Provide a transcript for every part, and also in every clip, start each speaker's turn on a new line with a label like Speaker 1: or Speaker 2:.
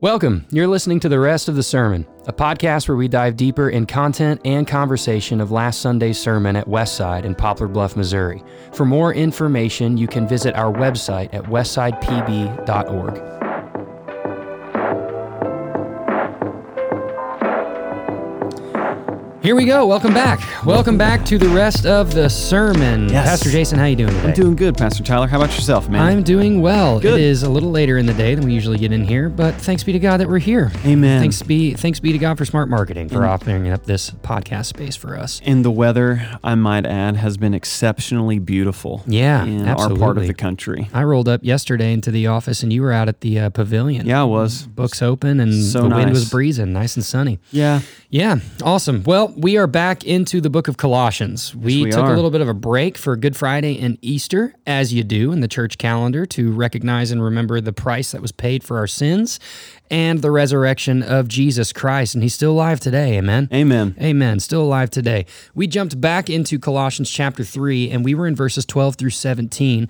Speaker 1: Welcome. You're listening to the rest of the sermon, a podcast where we dive deeper in content and conversation of last Sunday's sermon at Westside in Poplar Bluff, Missouri. For more information, you can visit our website at westsidepb.org. Here we go. Welcome back. Welcome back to the rest of the sermon.
Speaker 2: Yes.
Speaker 1: Pastor Jason, how you doing today?
Speaker 2: I'm doing good, Pastor Tyler. How about yourself, man?
Speaker 1: I'm doing well.
Speaker 2: Good.
Speaker 1: It is a little later in the day than we usually get in here, but thanks be to God that we're here.
Speaker 2: Amen.
Speaker 1: Thanks be thanks be to God for smart marketing for
Speaker 2: Mm.
Speaker 1: offering up this podcast space for us.
Speaker 2: And the weather, I might add, has been exceptionally beautiful.
Speaker 1: Yeah,
Speaker 2: in our part
Speaker 1: absolutely.
Speaker 2: of the country.
Speaker 1: I rolled up yesterday into the office and you were out at the uh, pavilion.
Speaker 2: Yeah, I was.
Speaker 1: Books open and
Speaker 2: So
Speaker 1: the wind
Speaker 2: nice.
Speaker 1: was breezing, nice and sunny.
Speaker 2: Yeah,
Speaker 1: Yeah, awesome. Well, we are back into the book of Colossians. We,
Speaker 2: we
Speaker 1: took a
Speaker 2: are.
Speaker 1: little bit of a break for Good Friday and Easter, as you do in the church calendar, to recognize and remember the price that was paid for our sins and the resurrection of Jesus Christ. And he's still alive today. Amen.
Speaker 2: amen.
Speaker 1: Amen. Still alive today. We jumped back into Colossians chapter 3, and we were in verses 12 through 17.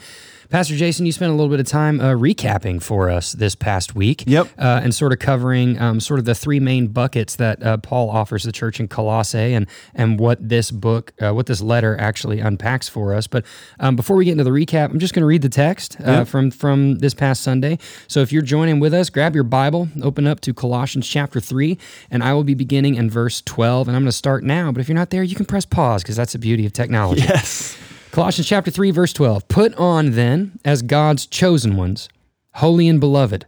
Speaker 1: Pastor Jason, you spent a little bit of time uh, recapping for us this past week.
Speaker 2: Yep.
Speaker 1: Uh, and sort of covering um, sort of the three main buckets that uh, Paul offers the church in Colossae and, and what this book, uh, what this letter actually unpacks for us. But um, before we get into the recap, I'm just going to read the text uh, from, from this past Sunday. So if you're joining with us, grab your Bible, open up to Colossians chapter 3, and I will be beginning in verse 12. And I'm going to start now. But if you're not there, you can press pause because that's the beauty of technology.
Speaker 2: Yes.
Speaker 1: Colossians chapter 3 verse 12. Put on then as God's chosen ones, holy and beloved,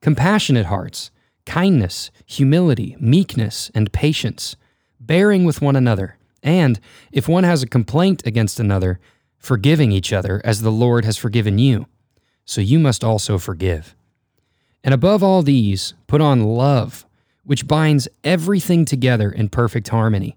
Speaker 1: compassionate hearts, kindness, humility, meekness, and patience, bearing with one another, and if one has a complaint against another, forgiving each other as the Lord has forgiven you. So you must also forgive. And above all these, put on love, which binds everything together in perfect harmony.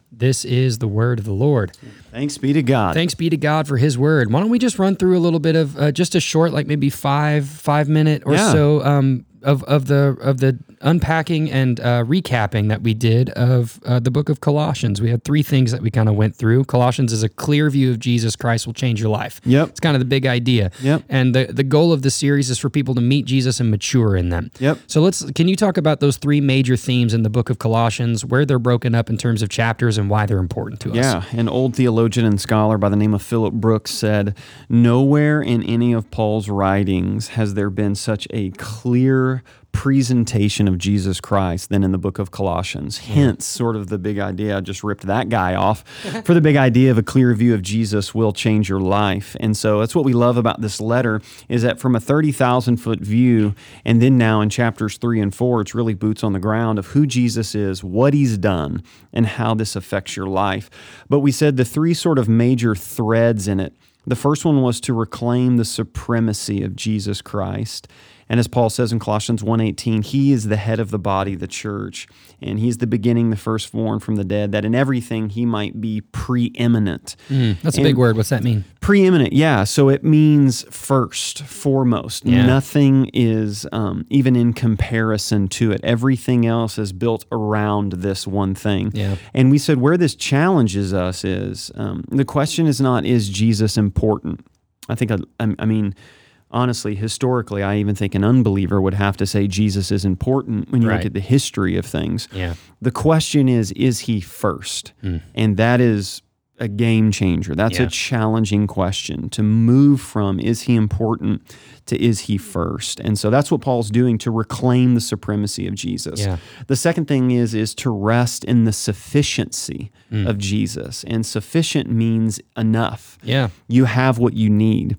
Speaker 1: This is the word of the Lord.
Speaker 2: Thanks be to God.
Speaker 1: Thanks be to God for His Word. Why don't we just run through a little bit of uh, just a short, like maybe five five minute or
Speaker 2: Yeah.
Speaker 1: so um, of of the of the unpacking and uh, recapping that we did of uh, the Book of Colossians. We had three things that we kind of went through. Colossians is a clear view of Jesus Christ will change your life.
Speaker 2: Yep.
Speaker 1: it's kind of the big idea.
Speaker 2: Yep.
Speaker 1: and the the goal of the series is for people to meet Jesus and mature in them.
Speaker 2: Yep.
Speaker 1: So let's can you talk about those three major themes in the Book of Colossians, where they're broken up in terms of chapters and why they're important to us?
Speaker 2: Yeah, an old theologian and scholar by the name of Philip Brooks said, Nowhere in any of Paul's writings has there been such a clear presentation of Jesus Christ than in the book of Colossians. Hence, sort of the big idea. I just ripped that guy off for the big idea of a clear view of Jesus will change your life. And so that's what we love about this letter is that from a 30,000 foot view, and then now in chapters three and four, it's really boots on the ground of who Jesus is, what he's done, and how this affects your life. But we said the three sort of major threads in it. The first one was to reclaim the supremacy of Jesus Christ. And as Paul says in Colossians 1:18, he is the head of the body, the church, and he's the beginning, the firstborn from the dead, that in everything he might be preeminent.
Speaker 1: Hmm, that's a big word. What's that mean?
Speaker 2: Preeminent, yeah. So it means first, foremost.
Speaker 1: Yeah.
Speaker 2: Nothing is um, even in comparison to it. Everything else is built around this one thing.
Speaker 1: Yeah.
Speaker 2: And we said where this challenges us is um, the question is not, is Jesus important? I think, I, I I mean, honestly, historically, I even think an unbeliever would have to say Jesus is important when you
Speaker 1: Right.
Speaker 2: look at the history of things.
Speaker 1: Yeah.
Speaker 2: The question is, is he first? And that is a game changer. That's
Speaker 1: Hmm. Yeah.
Speaker 2: a challenging question to move from is he important to is he first? And so that's what Paul's doing to reclaim the supremacy of Jesus.
Speaker 1: Yeah.
Speaker 2: The second thing is is to rest in the sufficiency
Speaker 1: Hmm.
Speaker 2: of Jesus. And sufficient means enough.
Speaker 1: Yeah.
Speaker 2: You have what you need.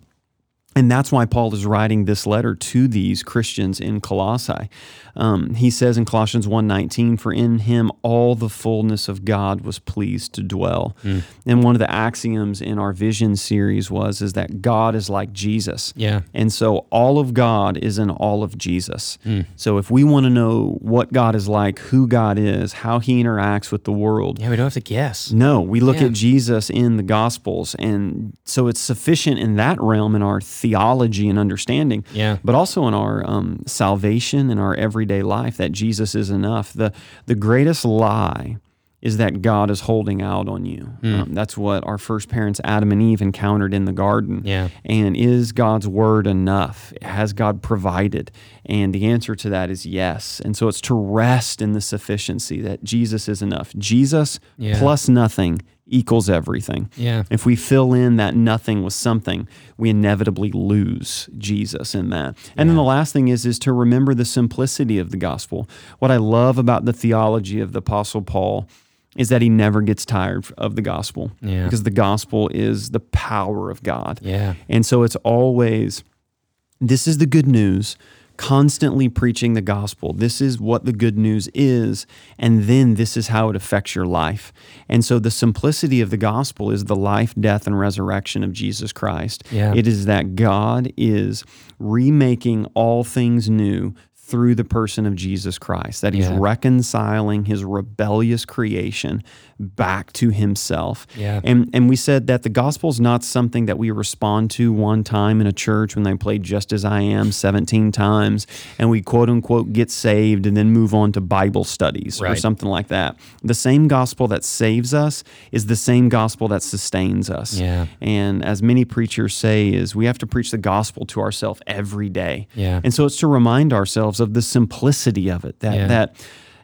Speaker 2: And that's why Paul is writing this letter to these Christians in Colossae. Um, he says in Colossians 1.19, For in him all the fullness of God was pleased to dwell. And one of the axioms in our vision series was is that God is like Jesus.
Speaker 1: Yeah.
Speaker 2: And so all of God is in all of Jesus. So if we want to know what God is like, who God is, how he interacts with the world,
Speaker 1: Yeah, we don't have to guess.
Speaker 2: no, we look
Speaker 1: Yeah.
Speaker 2: at Jesus in the Gospels. And so it's sufficient in that realm in our theology and understanding,
Speaker 1: Yeah.
Speaker 2: but also in our um, salvation and our everyday life that Jesus is enough. The, the greatest lie is that God is holding out on you.
Speaker 1: Hmm.
Speaker 2: Um, that's what our first parents, Adam and Eve, encountered in the garden.
Speaker 1: Yeah.
Speaker 2: And is God's word enough? Has God provided? And the answer to that is yes. And so it's to rest in the sufficiency that Jesus is enough. Jesus
Speaker 1: Yeah.
Speaker 2: plus nothing equals everything.
Speaker 1: Yeah.
Speaker 2: If we fill in that nothing with something, we inevitably lose Jesus in that. And then the last thing is is to remember the simplicity of the gospel. What I love about the theology of the apostle Paul is that he never gets tired of the gospel
Speaker 1: Yeah.
Speaker 2: because the gospel is the power of God.
Speaker 1: Yeah.
Speaker 2: And so it's always this is the good news, constantly preaching the gospel. This is what the good news is, and then this is how it affects your life. And so the simplicity of the gospel is the life, death, and resurrection of Jesus Christ.
Speaker 1: Yeah.
Speaker 2: It is that God is remaking all things new. Through the person of Jesus Christ, that he's
Speaker 1: Yeah.
Speaker 2: reconciling his rebellious creation back to himself.
Speaker 1: Yeah.
Speaker 2: And and we said that the gospel is not something that we respond to one time in a church when they play "Just as I Am" seventeen times, and we quote unquote get saved and then move on to Bible studies or
Speaker 1: Right.
Speaker 2: something like that. The same gospel that saves us is the same gospel that sustains us.
Speaker 1: Yeah.
Speaker 2: And as many preachers say, is we have to preach the gospel to ourselves every day.
Speaker 1: Yeah.
Speaker 2: And so it's to remind ourselves of the simplicity of it. That
Speaker 1: Yeah.
Speaker 2: that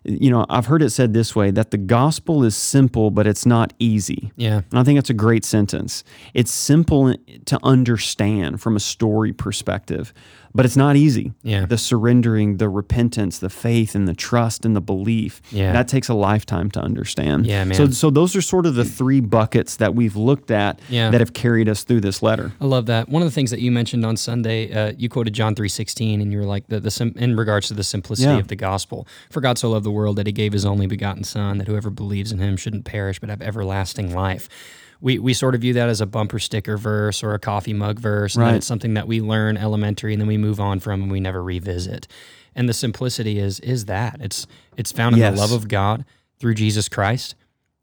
Speaker 2: you know, I've heard it said this way that the gospel is simple, but it's not easy.
Speaker 1: Yeah.
Speaker 2: And I think that's a great sentence. It's simple to understand from a story perspective, but it's not easy.
Speaker 1: Yeah.
Speaker 2: The surrendering, the repentance, the faith, and the trust and the belief.
Speaker 1: Yeah.
Speaker 2: That takes a lifetime to understand.
Speaker 1: Yeah, man.
Speaker 2: So, so those are sort of the three buckets that we've looked at
Speaker 1: Yeah.
Speaker 2: that have carried us through this letter.
Speaker 1: I love that. One of the things that you mentioned on Sunday, uh, you quoted John three sixteen, and you were like, the, the sim- in regards to the simplicity
Speaker 2: Yeah.
Speaker 1: of the gospel. For God so loved the world that He gave His only begotten Son, that whoever believes in Him shouldn't perish but have everlasting life. We we sort of view that as a bumper sticker verse or a coffee mug verse, and then
Speaker 2: Right.
Speaker 1: it's something that we learn elementary and then we move on from and we never revisit. And the simplicity is is that it's it's found in the
Speaker 2: Yes.
Speaker 1: love of God through Jesus Christ,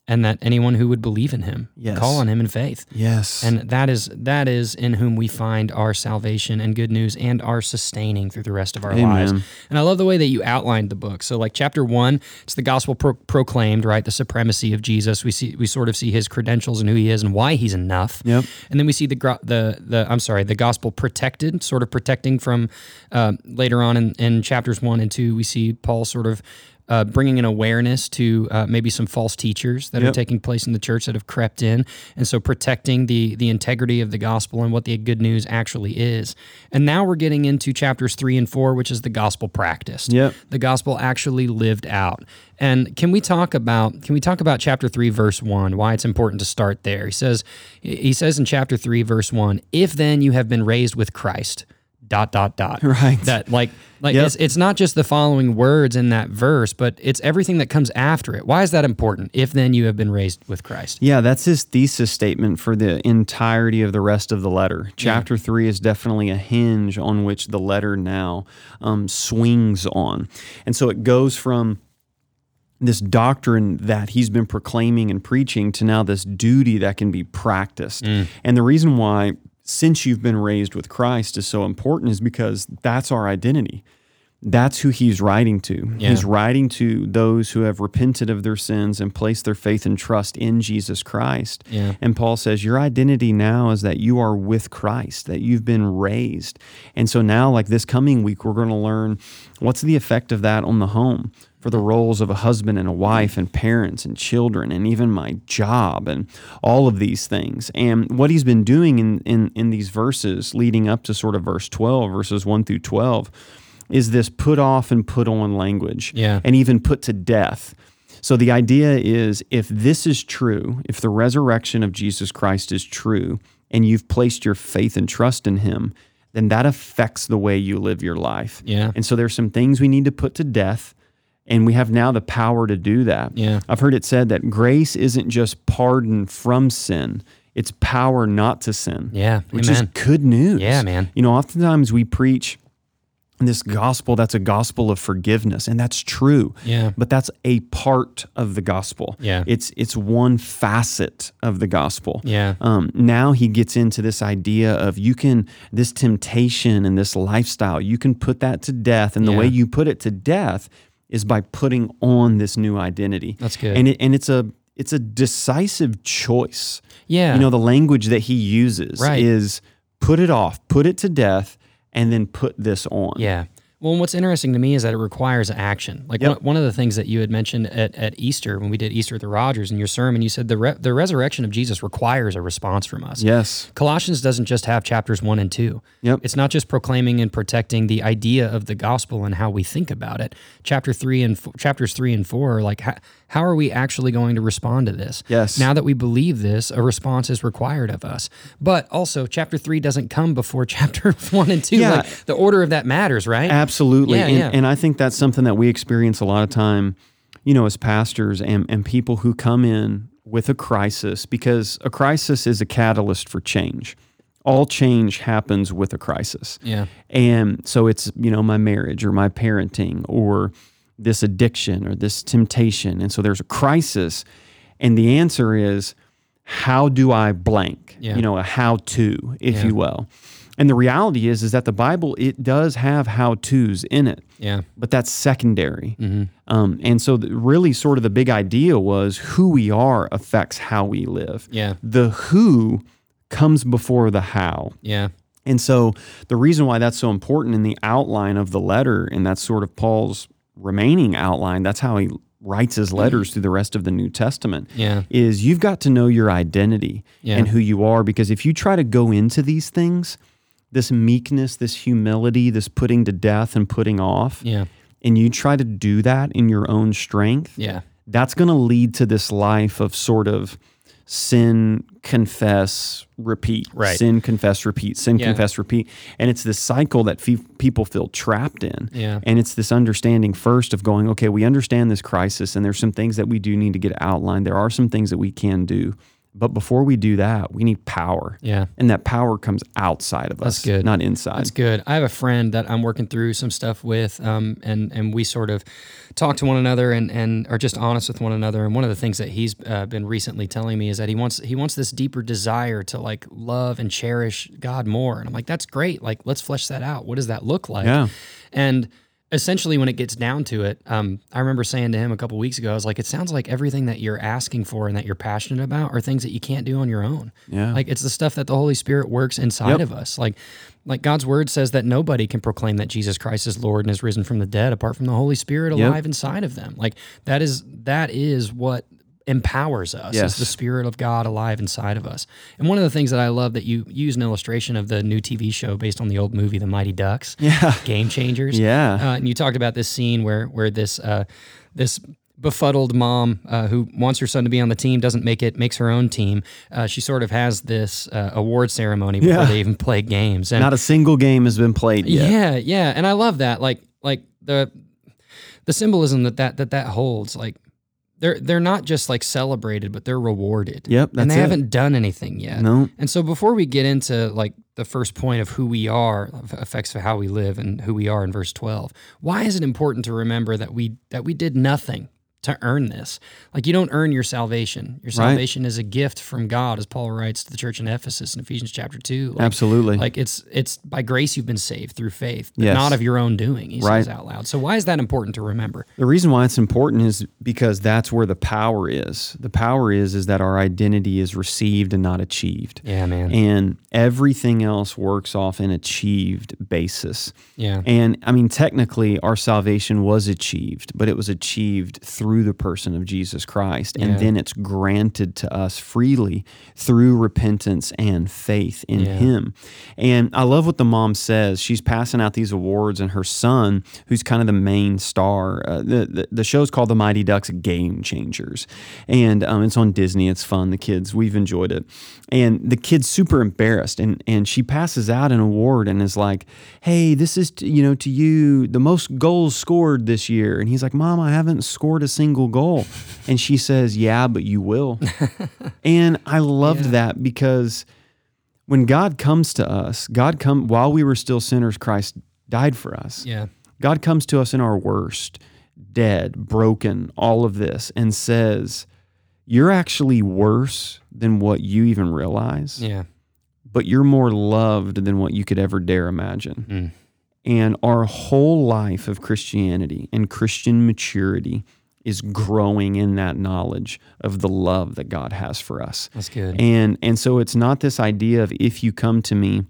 Speaker 1: and that anyone who would believe in Him,
Speaker 2: Yes.
Speaker 1: call on Him in faith.
Speaker 2: Yes.
Speaker 1: And that is that is in whom we find our salvation and good news and our sustaining through the rest of our lives.
Speaker 2: Amen.
Speaker 1: And I love the way that you outlined the book. So like chapter 1, it's the gospel pro- proclaimed, right? The supremacy of Jesus. We see we sort of see his credentials and who he is and why he's enough.
Speaker 2: Yep.
Speaker 1: And then we see the gro- the the I'm sorry, the gospel protected, sort of protecting from uh, later on in, in chapters one and two. We see Paul sort of uh, bringing an awareness to uh, maybe some false teachers that are
Speaker 2: Yep.
Speaker 1: taking place in the church that have crept in, and so protecting the the integrity of the gospel and what the good news actually is. And now we're getting into chapters three and four, which is the gospel practiced
Speaker 2: Yep.
Speaker 1: the gospel actually lived out. And can we talk about can we talk about chapter 3 verse 1 why it's important to start there. He says he says in chapter 3 verse 1, if then you have been raised with Christ dot dot dot.
Speaker 2: Right.
Speaker 1: That like like
Speaker 2: Yep.
Speaker 1: it's it's not just the following words in that verse, but it's everything that comes after it. Why is that important? If then you have been raised with Christ.
Speaker 2: Yeah, that's his thesis statement for the entirety of the rest of the letter. Chapter three is definitely a hinge on which the letter now um, swings on. And so it goes from this doctrine that he's been proclaiming and preaching to now this duty that can be practiced. And the reason why, since you've been raised with Christ, is so important is because that's our identity. That's who he's writing to. He's writing to those who have repented of their sins and placed their faith and trust in Jesus Christ.
Speaker 1: Yeah.
Speaker 2: And Paul says, Your identity now is that you are with Christ, that you've been raised. And so now, like this coming week, we're going to learn what's the effect of that on the home for the roles of a husband and a wife and parents and children and even my job and all of these things. And what he's been doing in, in, in these verses leading up to sort of verse 12, verses 1 through 12, is this put off and put on language
Speaker 1: Yeah.
Speaker 2: and even put to death. So the idea is if this is true, if the resurrection of Jesus Christ is true, and you've placed your faith and trust in him, then that affects the way you live your life.
Speaker 1: Yeah.
Speaker 2: And so there's some things we need to put to death, and we have now the power to do that.
Speaker 1: Yeah.
Speaker 2: I've heard it said that grace isn't just pardon from sin, it's power not to sin.
Speaker 1: Yeah.
Speaker 2: Which
Speaker 1: Amen.
Speaker 2: is good news.
Speaker 1: Yeah, man.
Speaker 2: You know, oftentimes we preach this gospel that's a gospel of forgiveness, and that's true.
Speaker 1: Yeah.
Speaker 2: But that's a part of the gospel.
Speaker 1: Yeah.
Speaker 2: It's it's one facet of the gospel.
Speaker 1: Yeah.
Speaker 2: Um, now he gets into this idea of you can this temptation and this lifestyle, you can put that to death. And the
Speaker 1: Yeah.
Speaker 2: way you put it to death is by putting on this new identity.
Speaker 1: That's good.
Speaker 2: And it, and it's a it's a decisive choice.
Speaker 1: Yeah.
Speaker 2: You know, the language that he uses
Speaker 1: Right.
Speaker 2: is put it off, put it to death, and then put this on.
Speaker 1: Yeah. Well, and what's interesting to me is that it requires action. Like one, one of the things that you had mentioned at, at Easter when we did Easter at the Rogers in your sermon, you said the re- the resurrection of Jesus requires a response from us.
Speaker 2: Yes.
Speaker 1: Colossians doesn't just have chapters one and two.
Speaker 2: Yep.
Speaker 1: It's not just proclaiming and protecting the idea of the gospel and how we think about it. Chapter three and f- chapters three and four are like how, how are we actually going to respond to this?
Speaker 2: Yes.
Speaker 1: Now that we believe this, a response is required of us. But also, chapter three doesn't come before chapter one and two.
Speaker 2: Yeah.
Speaker 1: Like the order of that matters, right?
Speaker 2: Absolutely.
Speaker 1: Yeah,
Speaker 2: and,
Speaker 1: yeah.
Speaker 2: and I think that's something that we experience a lot of time, you know, as pastors and, and people who come in with a crisis because a crisis is a catalyst for change. All change happens with a crisis.
Speaker 1: Yeah.
Speaker 2: And so it's, you know, my marriage or my parenting or this addiction or this temptation. And so there's a crisis. And the answer is, how do I blank?
Speaker 1: Yeah.
Speaker 2: You know, a how to, if
Speaker 1: Yeah.
Speaker 2: you will. And the reality is, is that the Bible, it does have how to's in it,
Speaker 1: Yeah.
Speaker 2: but that's secondary.
Speaker 1: Mm-hmm.
Speaker 2: Um, and so, the, really, sort of the big idea was who we are affects how we live.
Speaker 1: Yeah.
Speaker 2: The who comes before the how.
Speaker 1: Yeah.
Speaker 2: And so the reason why that's so important in the outline of the letter, and that's sort of Paul's remaining outline, that's how he writes his letters through the rest of the New Testament.
Speaker 1: Mm. Yeah.
Speaker 2: Is you've got to know your identity
Speaker 1: Yeah.
Speaker 2: and who you are because if you try to go into these things, this meekness, this humility, this putting to death and putting off,
Speaker 1: Yeah.
Speaker 2: and you try to do that in your own strength,
Speaker 1: Yeah.
Speaker 2: that's going to lead to this life of sort of sin, confess, repeat.
Speaker 1: Right.
Speaker 2: Sin, confess, repeat. Sin,
Speaker 1: Yeah.
Speaker 2: confess, repeat. And it's this cycle that fe- people feel trapped in.
Speaker 1: Yeah.
Speaker 2: And it's this understanding first of going, okay, we understand this crisis, and there's some things that we do need to get outlined. There are some things that we can do. But before we do that, we need power.
Speaker 1: Yeah.
Speaker 2: And that power comes outside of us,
Speaker 1: good.
Speaker 2: not inside.
Speaker 1: That's good. I have a friend that I'm working through some stuff with, um, and and we sort of talk to one another and, and are just honest with one another. And one of the things that he's uh, been recently telling me is that he wants he wants this deeper desire to like love and cherish God more. And I'm like, that's great. Like, let's flesh that out. What does that look like?
Speaker 2: Yeah.
Speaker 1: And essentially, when it gets down to it, um, I remember saying to him a couple weeks ago, I was like, it sounds like everything that you're asking for and that you're passionate about are things that you can't do on your own.
Speaker 2: Yeah.
Speaker 1: Like it's the stuff that the Holy Spirit works inside
Speaker 2: Yep.
Speaker 1: of us. Like, like God's word says that nobody can proclaim that Jesus Christ is Lord and is risen from the dead apart from the Holy Spirit
Speaker 2: Yep.
Speaker 1: alive inside of them. Like that is that is what empowers us
Speaker 2: Yes.
Speaker 1: is the spirit of god alive inside of us and one of the things that i love that you use an illustration of the new tv show based on the old movie the mighty ducks
Speaker 2: Yeah.
Speaker 1: game changers
Speaker 2: Yeah.
Speaker 1: uh, and you talked about this scene where where this uh, this befuddled mom uh, who wants her son to be on the team doesn't make it, makes her own team. Uh, she sort of has this uh, award ceremony before
Speaker 2: Yeah.
Speaker 1: they even play games, and
Speaker 2: not a single game has been played yet.
Speaker 1: yeah, yeah, and I love that. Like, like the the symbolism that that that, that holds. Like, they're they're not just like celebrated, but they're rewarded.
Speaker 2: Yep,
Speaker 1: and
Speaker 2: that's
Speaker 1: they
Speaker 2: it.
Speaker 1: haven't done anything yet.
Speaker 2: No.
Speaker 1: And so before we get into like the first point of who we are, of affects for how we live and who we are in verse 12. Why is it important to remember that we that we did nothing to earn this? Like you don't earn your salvation. Your
Speaker 2: Right.
Speaker 1: salvation is a gift from God as Paul writes to the church in Ephesus in Ephesians chapter 2. Like,
Speaker 2: Absolutely.
Speaker 1: like it's it's by grace you've been saved through faith, but
Speaker 2: Yes.
Speaker 1: not of your own doing. He
Speaker 2: Right.
Speaker 1: says out loud. So why is that important to remember?
Speaker 2: The reason why it's important is because that's where the power is. The power is is that our identity is received and not achieved.
Speaker 1: Yeah, man.
Speaker 2: And everything else works off an achieved basis.
Speaker 1: yeah.
Speaker 2: And I mean technically our salvation was achieved, but it was achieved through through the person of Jesus Christ.
Speaker 1: Yeah.
Speaker 2: And then it's granted to us freely through repentance and faith in
Speaker 1: Yeah.
Speaker 2: Him. And I love what the mom says. She's passing out these awards, and her son, who's kind of the main star, uh, the, the, the show's called The Mighty Ducks Game Changers. And um, it's on Disney. It's fun. The kids, we've enjoyed it. And the kid's super embarrassed, and, and she passes out an award and is like, hey, this is, to, you know, to you, the most goals scored this year. And he's like, Mom, I haven't scored a single goal. And she says, Yeah, but you will. and I loved that because when God comes to us, God come while we were still sinners, Christ died for us.
Speaker 1: Yeah.
Speaker 2: God comes to us in our worst, dead, broken, all of this, and says, You're actually worse than what you even realize,
Speaker 1: Yeah.
Speaker 2: but you're more loved than what you could ever dare imagine.
Speaker 1: Mm.
Speaker 2: And our whole life of Christianity and Christian maturity is growing in that knowledge of the love that God has for us.
Speaker 1: That's good.
Speaker 2: And and so it's not this idea of if you come to me,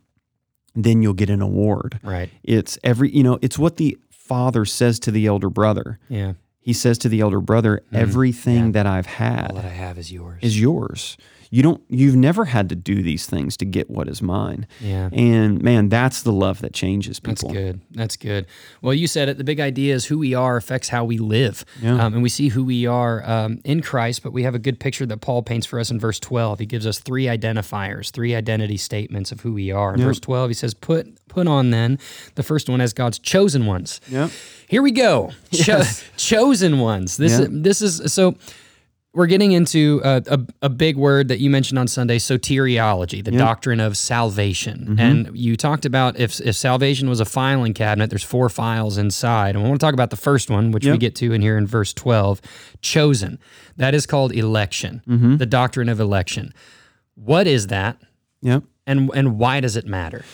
Speaker 2: then you'll get an award.
Speaker 1: right.
Speaker 2: It's every you know, it's what the father says to the elder brother.
Speaker 1: Yeah.
Speaker 2: He says to the elder brother, everything
Speaker 1: Mm-hmm. yeah.
Speaker 2: that I've
Speaker 1: All
Speaker 2: had
Speaker 1: that I have is yours.
Speaker 2: is yours. You don't you've never had to do these things to get what is mine.
Speaker 1: yeah.
Speaker 2: And man, that's the love that changes
Speaker 1: That's
Speaker 2: people.
Speaker 1: good. That's good. Well, you said it. The big idea is who we are affects how we live.
Speaker 2: Yeah.
Speaker 1: Um, and we see who we are um, in Christ, but we have a good picture that Paul paints for us in verse 12. He gives us three identifiers, three identity statements of who we are. In verse 12, he says, Put put on then the first one as God's chosen ones.
Speaker 2: Yep.
Speaker 1: Here we go. Cho- chosen ones. This
Speaker 2: Yeah.
Speaker 1: is, this is so we're getting into uh, a, a big word that you mentioned on Sunday, soteriology, the doctrine of salvation.
Speaker 2: Mm-hmm.
Speaker 1: And you talked about if, if salvation was a filing cabinet, there's four files inside. And I want to talk about the first one, which we
Speaker 2: Yep.
Speaker 1: get to in here in verse 12 chosen. That is called election,
Speaker 2: Mm-hmm.
Speaker 1: the doctrine of election. What is that?
Speaker 2: Yep.
Speaker 1: And, and why does it matter?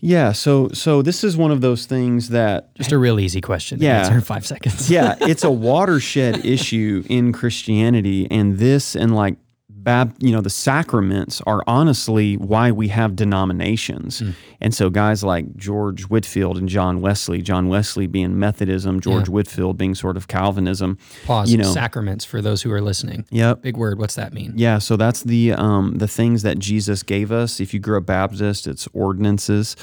Speaker 2: Yeah. So so this is one of those things that
Speaker 1: Just a real easy question. to
Speaker 2: Yeah.
Speaker 1: Answer in five seconds.
Speaker 2: yeah, it's a watershed issue in Christianity, and this and like bab, you know, the sacraments are honestly why we have denominations. And so guys like George Whitfield and John Wesley, John Wesley being Methodism, George Whitfield being sort of Calvinism.
Speaker 1: Pause.
Speaker 2: You know.
Speaker 1: Sacraments for those who are listening.
Speaker 2: Yep.
Speaker 1: Big word. What's that mean?
Speaker 2: Yeah, so that's the um, the things that Jesus gave us. If you grew up Baptist, it's ordinances.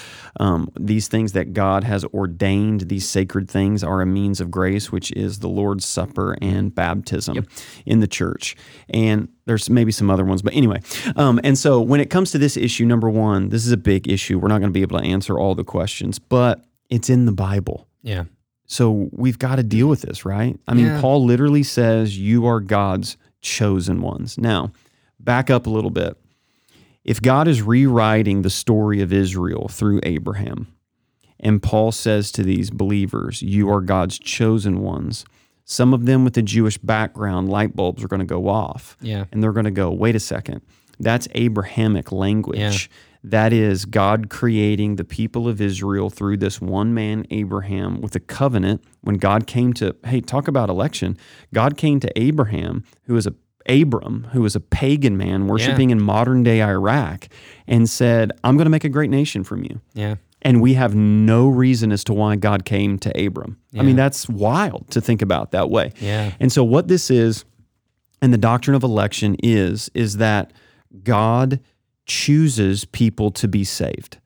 Speaker 2: Um, these things that God has ordained, these sacred things, are a means of grace, which is the Lord's Supper and baptism in the church. And there's maybe some other ones, but anyway. Um, and so when it comes to this issue, number one, this is a big issue. We're not going to be able to answer all the questions, but it's in the Bible.
Speaker 1: Yeah.
Speaker 2: So we've got to deal with this, right? I mean,
Speaker 1: Yeah.
Speaker 2: Paul literally says, You are God's chosen ones. Now, back up a little bit. If God is rewriting the story of Israel through Abraham, and Paul says to these believers, You are God's chosen ones, some of them with a Jewish background, light bulbs are going to go off
Speaker 1: Yeah.
Speaker 2: and they're going to go, wait a second, that's Abrahamic language. That is God creating the people of Israel through this one man, Abraham, with a covenant. When God came to, hey, talk about election, God came to Abraham, who is a Abram, who was a pagan man worshiping in modern day Iraq, and said, I'm going to make a great nation from you.
Speaker 1: Yeah.
Speaker 2: And we have no reason as to why God came to Abram. I mean, that's wild to think about that way.
Speaker 1: Yeah.
Speaker 2: And so what this is and the doctrine of election is is that God chooses people to be saved.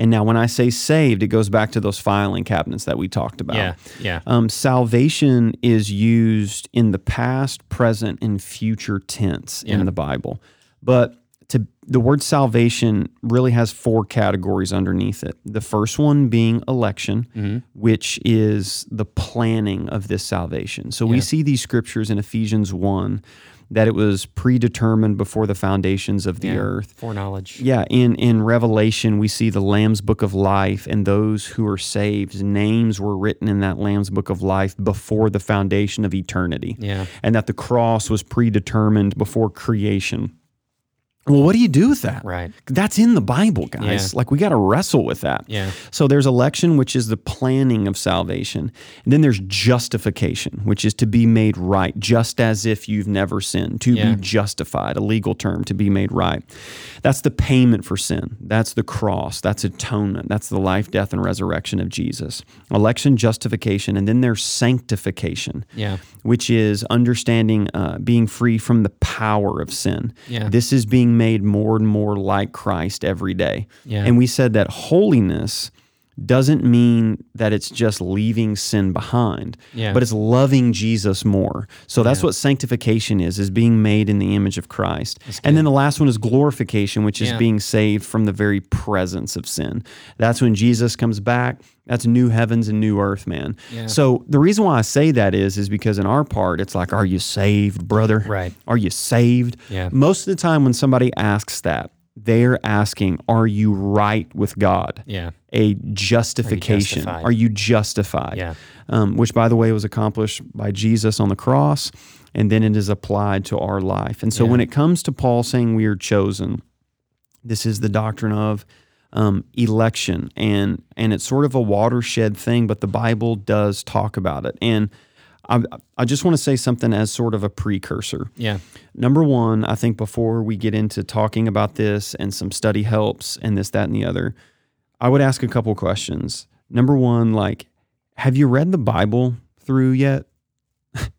Speaker 2: And now when I say saved, it goes back to those filing cabinets that we talked about.
Speaker 1: Yeah. Yeah.
Speaker 2: Um, salvation is used in the past, present, and future tense in the Bible. But to the word salvation really has four categories underneath it. The first one being election, which is the planning of this salvation. So we see these scriptures in Ephesians 1 that it was predetermined before the foundations of the earth.
Speaker 1: Foreknowledge.
Speaker 2: Yeah, in in Revelation we see the Lamb's Book of Life and those who are saved names were written in that Lamb's Book of Life before the foundation of eternity.
Speaker 1: Yeah.
Speaker 2: And that the cross was predetermined before creation. Well, what do you do with that?
Speaker 1: Right.
Speaker 2: That's in the Bible, guys. Like we got to wrestle with that.
Speaker 1: Yeah.
Speaker 2: So there's election, which is the planning of salvation. And then there's justification, which is to be made right, just as if you've never sinned, to
Speaker 1: Yeah.
Speaker 2: be justified, a legal term, to be made right. That's the payment for sin. That's the cross. That's atonement. That's the life, death, and resurrection of Jesus. Election, justification, and then there's sanctification
Speaker 1: Yeah.
Speaker 2: which is understanding uh, being free from the power of sin.
Speaker 1: Yeah.
Speaker 2: This is being made more and more like Christ every day.
Speaker 1: Yeah.
Speaker 2: And we said that holiness doesn't mean that it's just leaving sin behind,
Speaker 1: Yeah.
Speaker 2: but it's loving Jesus more. So that's what sanctification is, is being made in the image of Christ. And then the last one is glorification, which is
Speaker 1: Yeah.
Speaker 2: being saved from the very presence of sin. That's when Jesus comes back. That's new heavens and new earth, man.
Speaker 1: Yeah.
Speaker 2: So the reason why I say that is, is because in our part, it's like, are you saved, brother?
Speaker 1: Right.
Speaker 2: Are you saved?
Speaker 1: Yeah.
Speaker 2: Most of the time when somebody asks that, they're asking, are you right with God?
Speaker 1: Yeah.
Speaker 2: A justification.
Speaker 1: justified?
Speaker 2: Are you justified?
Speaker 1: Yeah.
Speaker 2: Um, which, by the way, was accomplished by Jesus on the cross, and then it is applied to our life. And so, when it comes to Paul saying we are chosen, this is the doctrine of um, election, and and it's sort of a watershed thing, but the Bible does talk about it. And I, I just want to say something as sort of a precursor.
Speaker 1: Yeah.
Speaker 2: Number one, I think before we get into talking about this and some study helps and this, that, and the other, I would ask a couple questions. Number one, like, have you read the Bible through yet?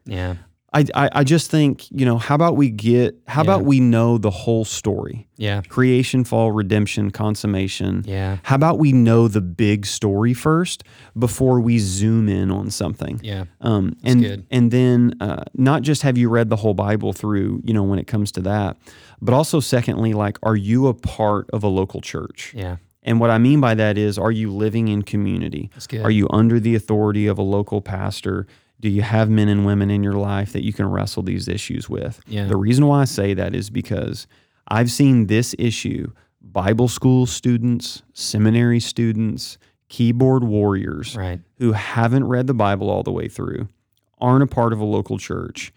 Speaker 1: Yeah.
Speaker 2: I, I, I just think, you know, how about we get, how
Speaker 1: Yeah.
Speaker 2: about we know the whole story?
Speaker 1: Yeah.
Speaker 2: Creation, fall, redemption, consummation.
Speaker 1: Yeah.
Speaker 2: How about we know the big story first before we zoom in on something?
Speaker 1: Yeah.
Speaker 2: Um, and
Speaker 1: good.
Speaker 2: and then uh, not just have you read the whole Bible through, you know, when it comes to that, but also secondly, like, are you a part of a local church?
Speaker 1: Yeah.
Speaker 2: And what I mean by that is, are you living in community?
Speaker 1: That's good.
Speaker 2: Are you under the authority of a local pastor? Do you have men and women in your life that you can wrestle these issues with?
Speaker 1: Yeah.
Speaker 2: The reason why I say that is because I've seen this issue Bible school students, seminary students, keyboard warriors
Speaker 1: Right.
Speaker 2: who haven't read the Bible all the way through, aren't a part of a local church,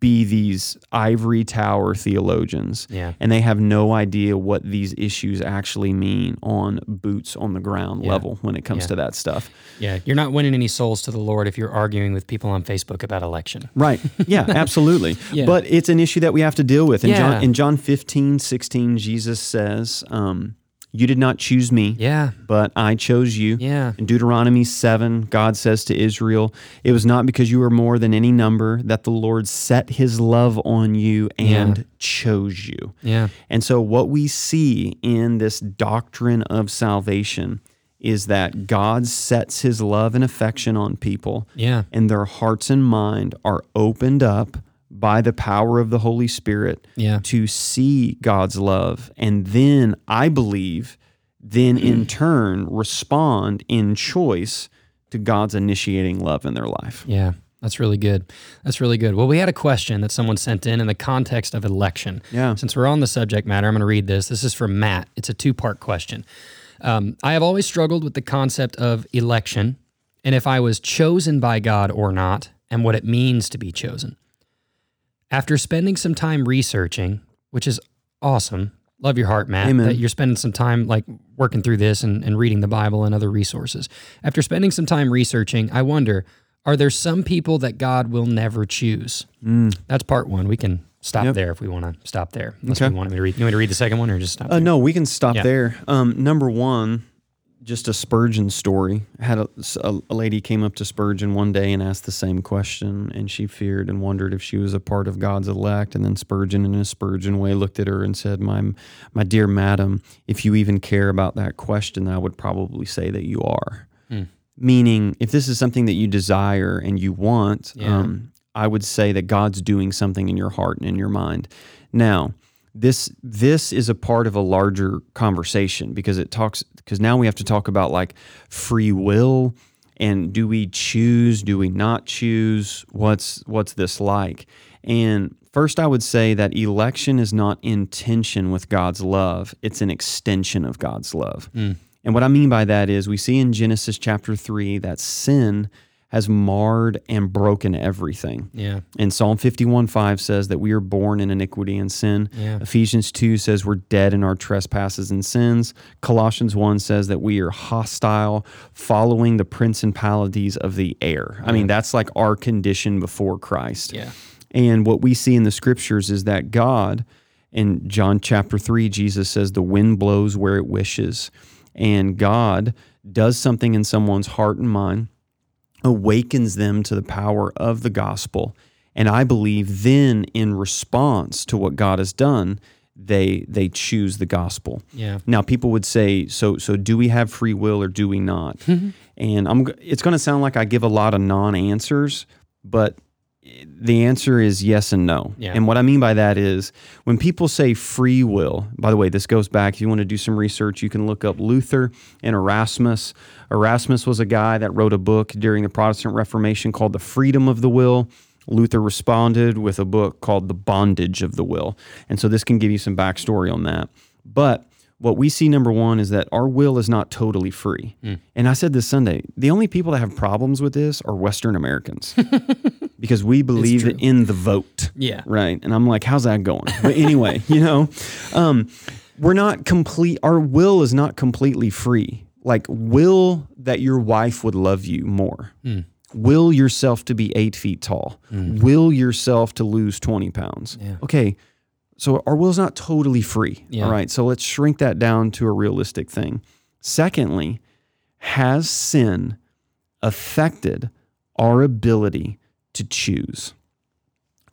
Speaker 2: be these ivory tower theologians.
Speaker 1: Yeah.
Speaker 2: And they have no idea what these issues actually mean on boots on the ground level when it comes
Speaker 1: Yeah.
Speaker 2: to that stuff.
Speaker 1: Yeah. You're not winning any souls to the Lord if you're arguing with people on Facebook about election.
Speaker 2: Right. Yeah, absolutely.
Speaker 1: Yeah.
Speaker 2: But it's an issue that we have to deal with. In,
Speaker 1: Yeah.
Speaker 2: John, in John 15, 16, Jesus says, um, You did not choose me,
Speaker 1: Yeah.
Speaker 2: but I chose you.
Speaker 1: Yeah.
Speaker 2: In Deuteronomy 7, God says to Israel, It was not because you were more than any number that the Lord set his love on you and chose you.
Speaker 1: Yeah.
Speaker 2: And so, what we see in this doctrine of salvation is that God sets his love and affection on people,
Speaker 1: Yeah.
Speaker 2: and their hearts and mind are opened up by the power of the Holy Spirit
Speaker 1: Yeah.
Speaker 2: to see God's love. And then I believe, then in turn, respond in choice to God's initiating love in their life.
Speaker 1: Yeah, that's really good. That's really good. Well, we had a question that someone sent in in the context of election.
Speaker 2: Yeah.
Speaker 1: Since we're on the subject matter, I'm going to read this. This is from Matt. It's a two part question. Um, I have always struggled with the concept of election and if I was chosen by God or not, and what it means to be chosen. After spending some time researching, which is awesome, love your heart, Matt,
Speaker 2: Amen.
Speaker 1: that you're spending some time like working through this and, and reading the Bible and other resources. After spending some time researching, I wonder are there some people that God will never choose?
Speaker 2: Mm.
Speaker 1: That's part one. We can stop there if we want to stop there. Unless we want me to read. You want me to read the second one or just stop?
Speaker 2: Uh,
Speaker 1: there?
Speaker 2: no, we can stop there. Um, number one, just a Spurgeon story. Had a, s- a- a lady came up to Spurgeon one day and asked the same question, and she feared and wondered if she was a part of God's elect. And then Spurgeon, in his Spurgeon way, looked at her and said, "My my dear madam, if you even care about that question, I would probably say that you are." Meaning, if this is something that you desire and you want, um, I would say that God's doing something in your heart and in your mind. Now, this this is a part of a larger conversation because it talks because now we have to talk about like free will and do we choose do we not choose what's what's this like and first i would say that election is not in tension with god's love it's an extension of god's love and what i mean by that is we see in genesis chapter 3 that sin has marred and broken everything.
Speaker 1: Yeah.
Speaker 2: And Psalm 51 5 says that we are born in iniquity and sin.
Speaker 1: Yeah.
Speaker 2: Ephesians 2 says we're dead in our trespasses and sins. Colossians 1 says that we are hostile, following the principalities of the air. I mean, that's like our condition before Christ.
Speaker 1: Yeah.
Speaker 2: And what we see in the scriptures is that God, in John chapter 3, Jesus says, the wind blows where it wishes. And God does something in someone's heart and mind, awakens them to the power of the gospel. And I believe then, in response to what God has done, they they choose the gospel.
Speaker 1: Yeah.
Speaker 2: Now, people would say, "So, so do we have free will or do we not?" and I'm, g- it's going to sound like I give a lot of non-answers, but the answer is yes and no.
Speaker 1: Yeah.
Speaker 2: And what I mean by that is when people say free will, by the way, this goes back. If you want to do some research, you can look up Luther and Erasmus. Erasmus was a guy that wrote a book during the Protestant Reformation called The Freedom of the Will. Luther responded with a book called The Bondage of the Will. And so this can give you some backstory on that. But what we see number one is that our will is not totally free. And I said this Sunday the only people that have problems with this are Western Americans because we believe in the vote.
Speaker 1: Yeah.
Speaker 2: Right. And I'm like, how's that going? But anyway, you know, um, we're not complete. Our will is not completely free. Like, will that your wife would love you more? Will yourself to be eight feet tall?
Speaker 1: Mm.
Speaker 2: Will yourself to lose 20 pounds? Okay. So our will's not totally free.
Speaker 1: Yeah.
Speaker 2: All right. So let's shrink that down to a realistic thing. Secondly, has sin affected our ability to choose?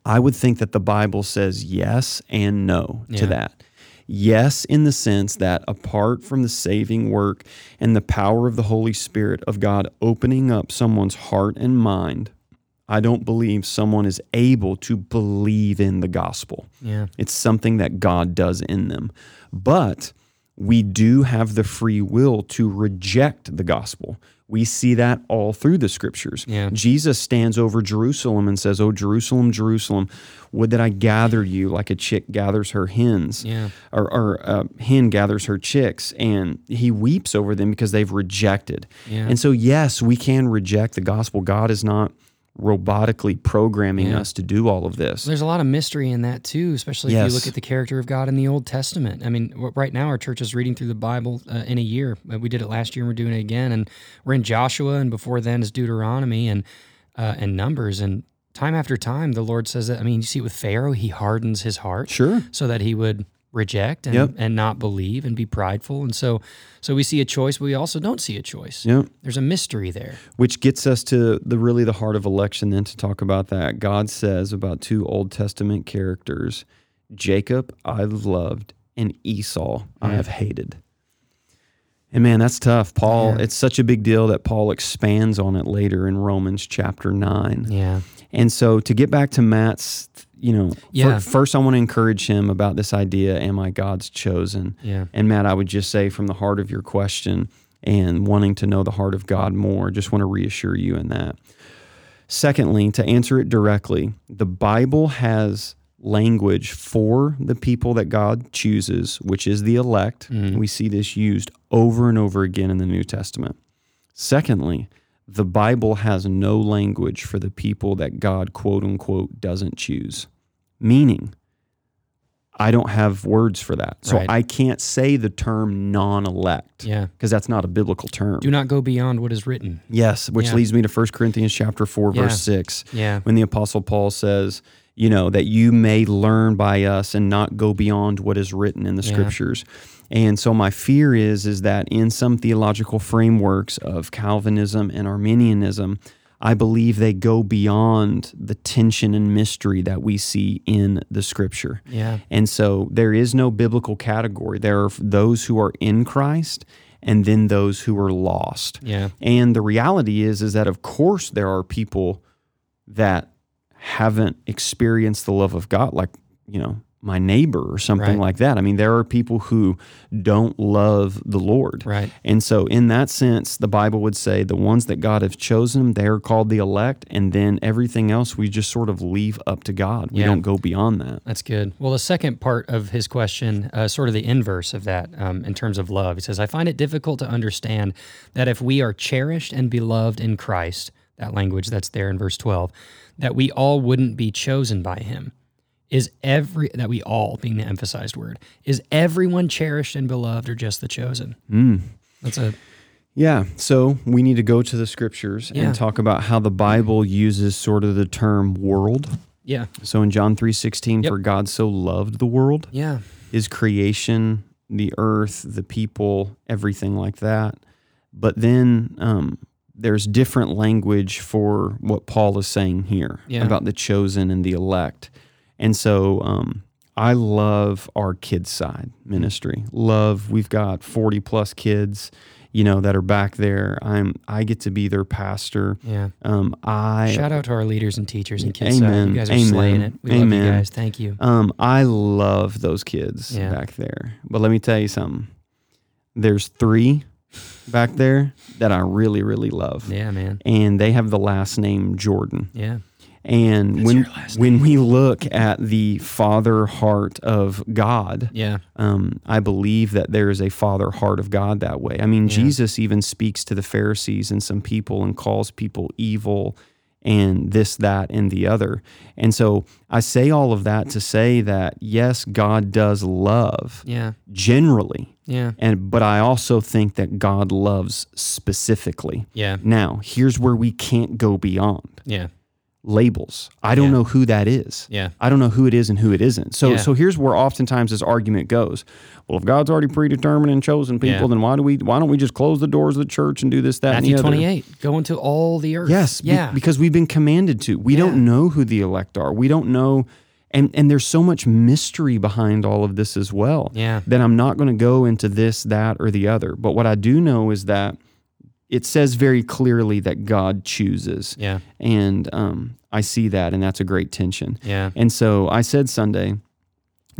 Speaker 2: I would think that the Bible says yes and no
Speaker 1: Yeah.
Speaker 2: to that. Yes, in the sense that apart from the saving work and the power of the Holy Spirit of God opening up someone's heart and mind, I don't believe someone is able to believe in the gospel.
Speaker 1: Yeah.
Speaker 2: It's something that God does in them. But we do have the free will to reject the gospel. We see that all through the scriptures.
Speaker 1: Yeah.
Speaker 2: Jesus stands over Jerusalem and says, Oh, Jerusalem, Jerusalem, would that I gathered you like a chick gathers her hens
Speaker 1: Yeah.
Speaker 2: or, or uh, hen gathers her chicks. And he weeps over them because they've rejected.
Speaker 1: Yeah.
Speaker 2: And so, yes, we can reject the gospel. God is not robotically programming us to do all of this.
Speaker 1: There's a lot of mystery in that too, especially if
Speaker 2: Yes.
Speaker 1: you look at the character of God in the Old Testament. I mean, w- right now our church is reading through the Bible uh, in a year. Uh, We did it last year, and we're doing it again, and we're in Joshua, and before then is Deuteronomy and uh, and Numbers, and time after time the Lord says that. I mean, you see it with Pharaoh; he hardens his heart
Speaker 2: Sure.
Speaker 1: so that he would reject and,
Speaker 2: Yep.
Speaker 1: and not believe and be prideful, and so so we see a choice, but we also don't see a choice.
Speaker 2: Yep.
Speaker 1: There's a mystery there.
Speaker 2: which gets us to the really the heart of election then to talk about that god says about two old testament characters jacob i've loved and esau i have hated and man that's tough paul it's such a big deal that paul expands on it later in romans chapter 9
Speaker 1: Yeah,
Speaker 2: and so to get back to matt's you know fir-
Speaker 1: Yeah.
Speaker 2: first i want to encourage him about this idea am i god's chosen
Speaker 1: yeah,
Speaker 2: and Matt, I would just say from the heart of your question and wanting to know the heart of God more, just want to reassure you in that. Secondly, to answer it directly, the Bible has language for the people that God chooses, which is the elect.
Speaker 1: Mm-hmm.
Speaker 2: We see this used over and over again in the New Testament. Secondly, the Bible has no language for the people that God, quote unquote, doesn't choose, meaning I don't have words for that. So
Speaker 1: Right.
Speaker 2: I can't say the term non elect
Speaker 1: yeah.
Speaker 2: because that's not a biblical term.
Speaker 1: Do not go beyond what is written.
Speaker 2: Yes, which
Speaker 1: Yeah.
Speaker 2: leads me to 1 Corinthians chapter 4
Speaker 1: Yeah.
Speaker 2: verse 6
Speaker 1: Yeah,
Speaker 2: when the apostle Paul says, you know, that you may learn by us and not go beyond what is written in the scriptures. And so my fear is is that in some theological frameworks of Calvinism and Arminianism, I believe they go beyond the tension and mystery that we see in the scripture.
Speaker 1: yeah.
Speaker 2: And so there is no biblical category. There are those who are in Christ and then those who are lost.
Speaker 1: Yeah.
Speaker 2: And the reality is is that of course there are people that haven't experienced the love of God like, you know, my neighbor or something
Speaker 1: Right.
Speaker 2: like that. I mean, there are people who don't love the Lord.
Speaker 1: Right.
Speaker 2: And so in that sense, the Bible would say the ones that God has chosen, they are called the elect, and then everything else we just sort of leave up to God. We
Speaker 1: Yeah.
Speaker 2: don't go beyond that.
Speaker 1: That's good. Well, the second part of his question, uh, sort of the inverse of that um, in terms of love, he says, I find it difficult to understand that if we are cherished and beloved in Christ, that language that's there in verse 12, that we all wouldn't be chosen by him. Is every, that we all being the emphasized word, is everyone cherished and beloved or just the chosen?
Speaker 2: Mm.
Speaker 1: That's a,
Speaker 2: Yeah, so we need to go to the scriptures
Speaker 1: Yeah.
Speaker 2: and talk about how the Bible uses sort of the term world.
Speaker 1: yeah,
Speaker 2: So in John 3:16
Speaker 1: Yep.
Speaker 2: for God so loved the world,
Speaker 1: yeah,
Speaker 2: his creation, the earth, the people, everything like that. But then um, there's different language for what Paul is saying here
Speaker 1: Yeah.
Speaker 2: about the chosen and the elect. And so um, I love our kids' side ministry. Love, we've got 40 plus kids. You know that are back there. I'm. I get to be their pastor.
Speaker 1: yeah.
Speaker 2: Um, I
Speaker 1: Shout out to our leaders and teachers and kids. Amen. You
Speaker 2: Amen.
Speaker 1: guys are
Speaker 2: Amen.
Speaker 1: slaying it. We love you
Speaker 2: Amen.
Speaker 1: guys. Thank you.
Speaker 2: Um, I love those kids
Speaker 1: Yeah.
Speaker 2: back there. But let me tell you something. There's three back there that I really, really love.
Speaker 1: Yeah, man.
Speaker 2: And they have the last name Jordan.
Speaker 1: Yeah.
Speaker 2: And
Speaker 1: That's
Speaker 2: when
Speaker 1: your last
Speaker 2: when we look at the father heart of God,
Speaker 1: Yeah.
Speaker 2: um, I believe that there is a father heart of God that way. I mean,
Speaker 1: Yeah.
Speaker 2: Jesus even speaks to the Pharisees and some people and calls people evil and this, that, and the other. And so I say all of that to say that yes, God does love
Speaker 1: Yeah.
Speaker 2: generally,
Speaker 1: Yeah.
Speaker 2: and but I also think that God loves specifically.
Speaker 1: Yeah.
Speaker 2: Now, here's where we can't go beyond
Speaker 1: Yeah.
Speaker 2: labels. I don't
Speaker 1: Yeah.
Speaker 2: know who that is.
Speaker 1: Yeah.
Speaker 2: I don't know who it is and who it isn't. So
Speaker 1: Yeah.
Speaker 2: so here's where oftentimes this argument goes. Well, if God's already predetermined and chosen people,
Speaker 1: Yeah.
Speaker 2: then why do we why don't we just close the doors of the church and do this that
Speaker 1: Matthew
Speaker 2: and the other?
Speaker 1: 28, go into all the earth.
Speaker 2: Yes, be-
Speaker 1: Yeah.
Speaker 2: because we've been commanded to. We don't know who the elect are. We don't know and and there's so much mystery behind all of this as well.
Speaker 1: Yeah.
Speaker 2: That I'm not going to go into this that or the other. But what I do know is that it says very clearly that God chooses.
Speaker 1: yeah.
Speaker 2: And um, I see that, and that's a great tension.
Speaker 1: Yeah.
Speaker 2: And so I said Sunday,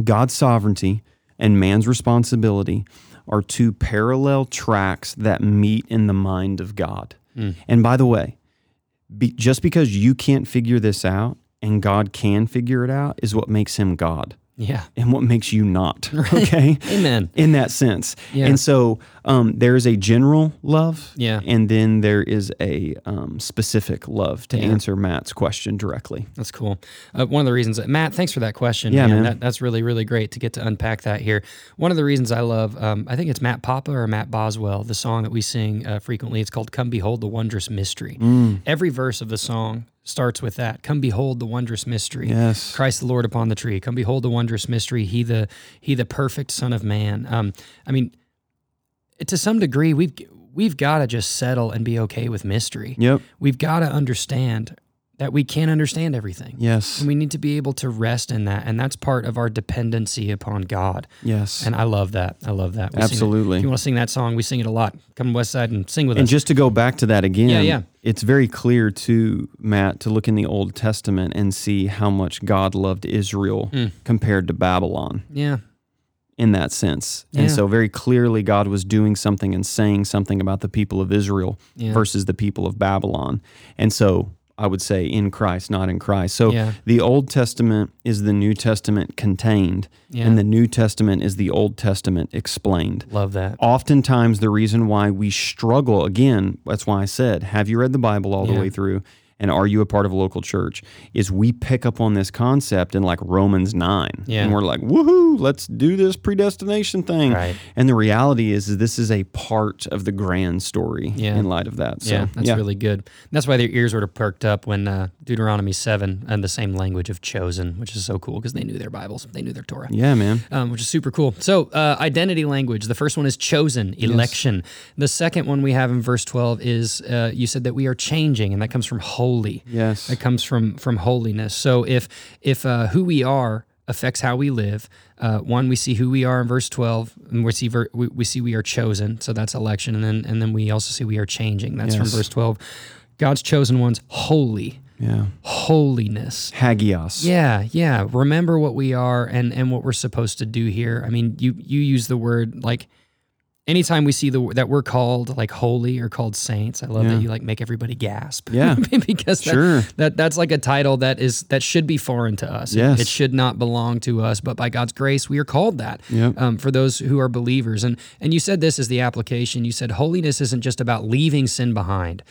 Speaker 2: God's sovereignty and man's responsibility are two parallel tracks that meet in the mind of God.
Speaker 1: Hmm.
Speaker 2: And by the way, be, just because you can't figure this out and God can figure it out is what makes him God
Speaker 1: Yeah.
Speaker 2: and what makes you not. Okay.
Speaker 1: Amen.
Speaker 2: In that sense.
Speaker 1: Yeah.
Speaker 2: And so um, there is a general love.
Speaker 1: Yeah.
Speaker 2: And then there is a um, specific love to answer Matt's question directly.
Speaker 1: That's cool. Uh, one of the reasons, Matt, thanks for that question.
Speaker 2: Yeah, man.
Speaker 1: That, that's really, really great to get to unpack that here. One of the reasons I love, um, I think it's Matt Papa or Matt Boswell, the song that we sing uh, frequently. It's called Come Behold the Wondrous Mystery.
Speaker 2: Mm.
Speaker 1: Every verse of the song starts with that Come Behold the Wondrous Mystery.
Speaker 2: Yes.
Speaker 1: Christ the Lord upon the tree. Come behold the wondrous mystery. He the he the perfect Son of Man. Um, I mean, to some degree, we've we've got to just settle and be okay with mystery.
Speaker 2: Yep.
Speaker 1: We've got to understand that we can't understand everything.
Speaker 2: Yes.
Speaker 1: And we need to be able to rest in that, and that's part of our dependency upon God.
Speaker 2: Yes.
Speaker 1: And I love that. I love that. We sing it.
Speaker 2: Absolutely.
Speaker 1: If you want to sing that song, we sing it a lot. Come West Side and sing with
Speaker 2: And
Speaker 1: us.
Speaker 2: just to go back to that again,
Speaker 1: Yeah, yeah.
Speaker 2: it's very clear to Matt to look in the Old Testament and see how much God loved Israel
Speaker 1: Hmm.
Speaker 2: compared to Babylon
Speaker 1: yeah.
Speaker 2: in that sense.
Speaker 1: Yeah.
Speaker 2: And so very clearly God was doing something and saying something about the people of Israel
Speaker 1: Yeah.
Speaker 2: versus the people of Babylon. And so I would say in Christ, not in Christ. So
Speaker 1: Yeah.
Speaker 2: the Old Testament is the New Testament contained,
Speaker 1: Yeah.
Speaker 2: and the New Testament is the Old Testament explained
Speaker 1: Love that.
Speaker 2: oftentimes the reason why we struggle again that's why i said have you read the bible all the
Speaker 1: Yeah.
Speaker 2: way through and are you a part of a local church is we pick up on this concept in like romans 9
Speaker 1: Yeah.
Speaker 2: and we're like woohoo let's do this predestination thing
Speaker 1: Right.
Speaker 2: and the reality is, is this is a part of the grand story
Speaker 1: Yeah.
Speaker 2: in light of that so
Speaker 1: yeah, that's really good. And that's why their ears were perked up when uh, Deuteronomy 7 and the same language of chosen, which is so cool because they knew their Bibles, they knew their Torah.
Speaker 2: yeah man
Speaker 1: Um, which is super cool. So, uh, identity language. The first one is chosen, election. The second one we have in verse 12 is uh, you said that we are changing, and that comes from holy.
Speaker 2: Yes.
Speaker 1: That comes from from holiness. So, if if uh, who we are affects how we live, uh, one, we see who we are in verse 12, and we see, ver- we, we see we are chosen. So, that's election. And then, and then we also see we are changing. That's from
Speaker 2: Yes.
Speaker 1: verse 12. God's chosen ones, holy,
Speaker 2: yeah
Speaker 1: holiness.
Speaker 2: hagios
Speaker 1: Yeah, yeah. Remember what we are and and what we're supposed to do here. I mean, you you use the word like anytime we see the that we're called like holy or called saints. I love
Speaker 2: Yeah.
Speaker 1: that you like make everybody gasp.
Speaker 2: Yeah.
Speaker 1: because that,
Speaker 2: Sure.
Speaker 1: that that's like a title that is that should be foreign to us. It-
Speaker 2: Yes.
Speaker 1: It should not belong to us, but by God's grace we are called that.
Speaker 2: Yep.
Speaker 1: Um, for those who are believers. And and you said this is the application. You said holiness isn't just about leaving sin behind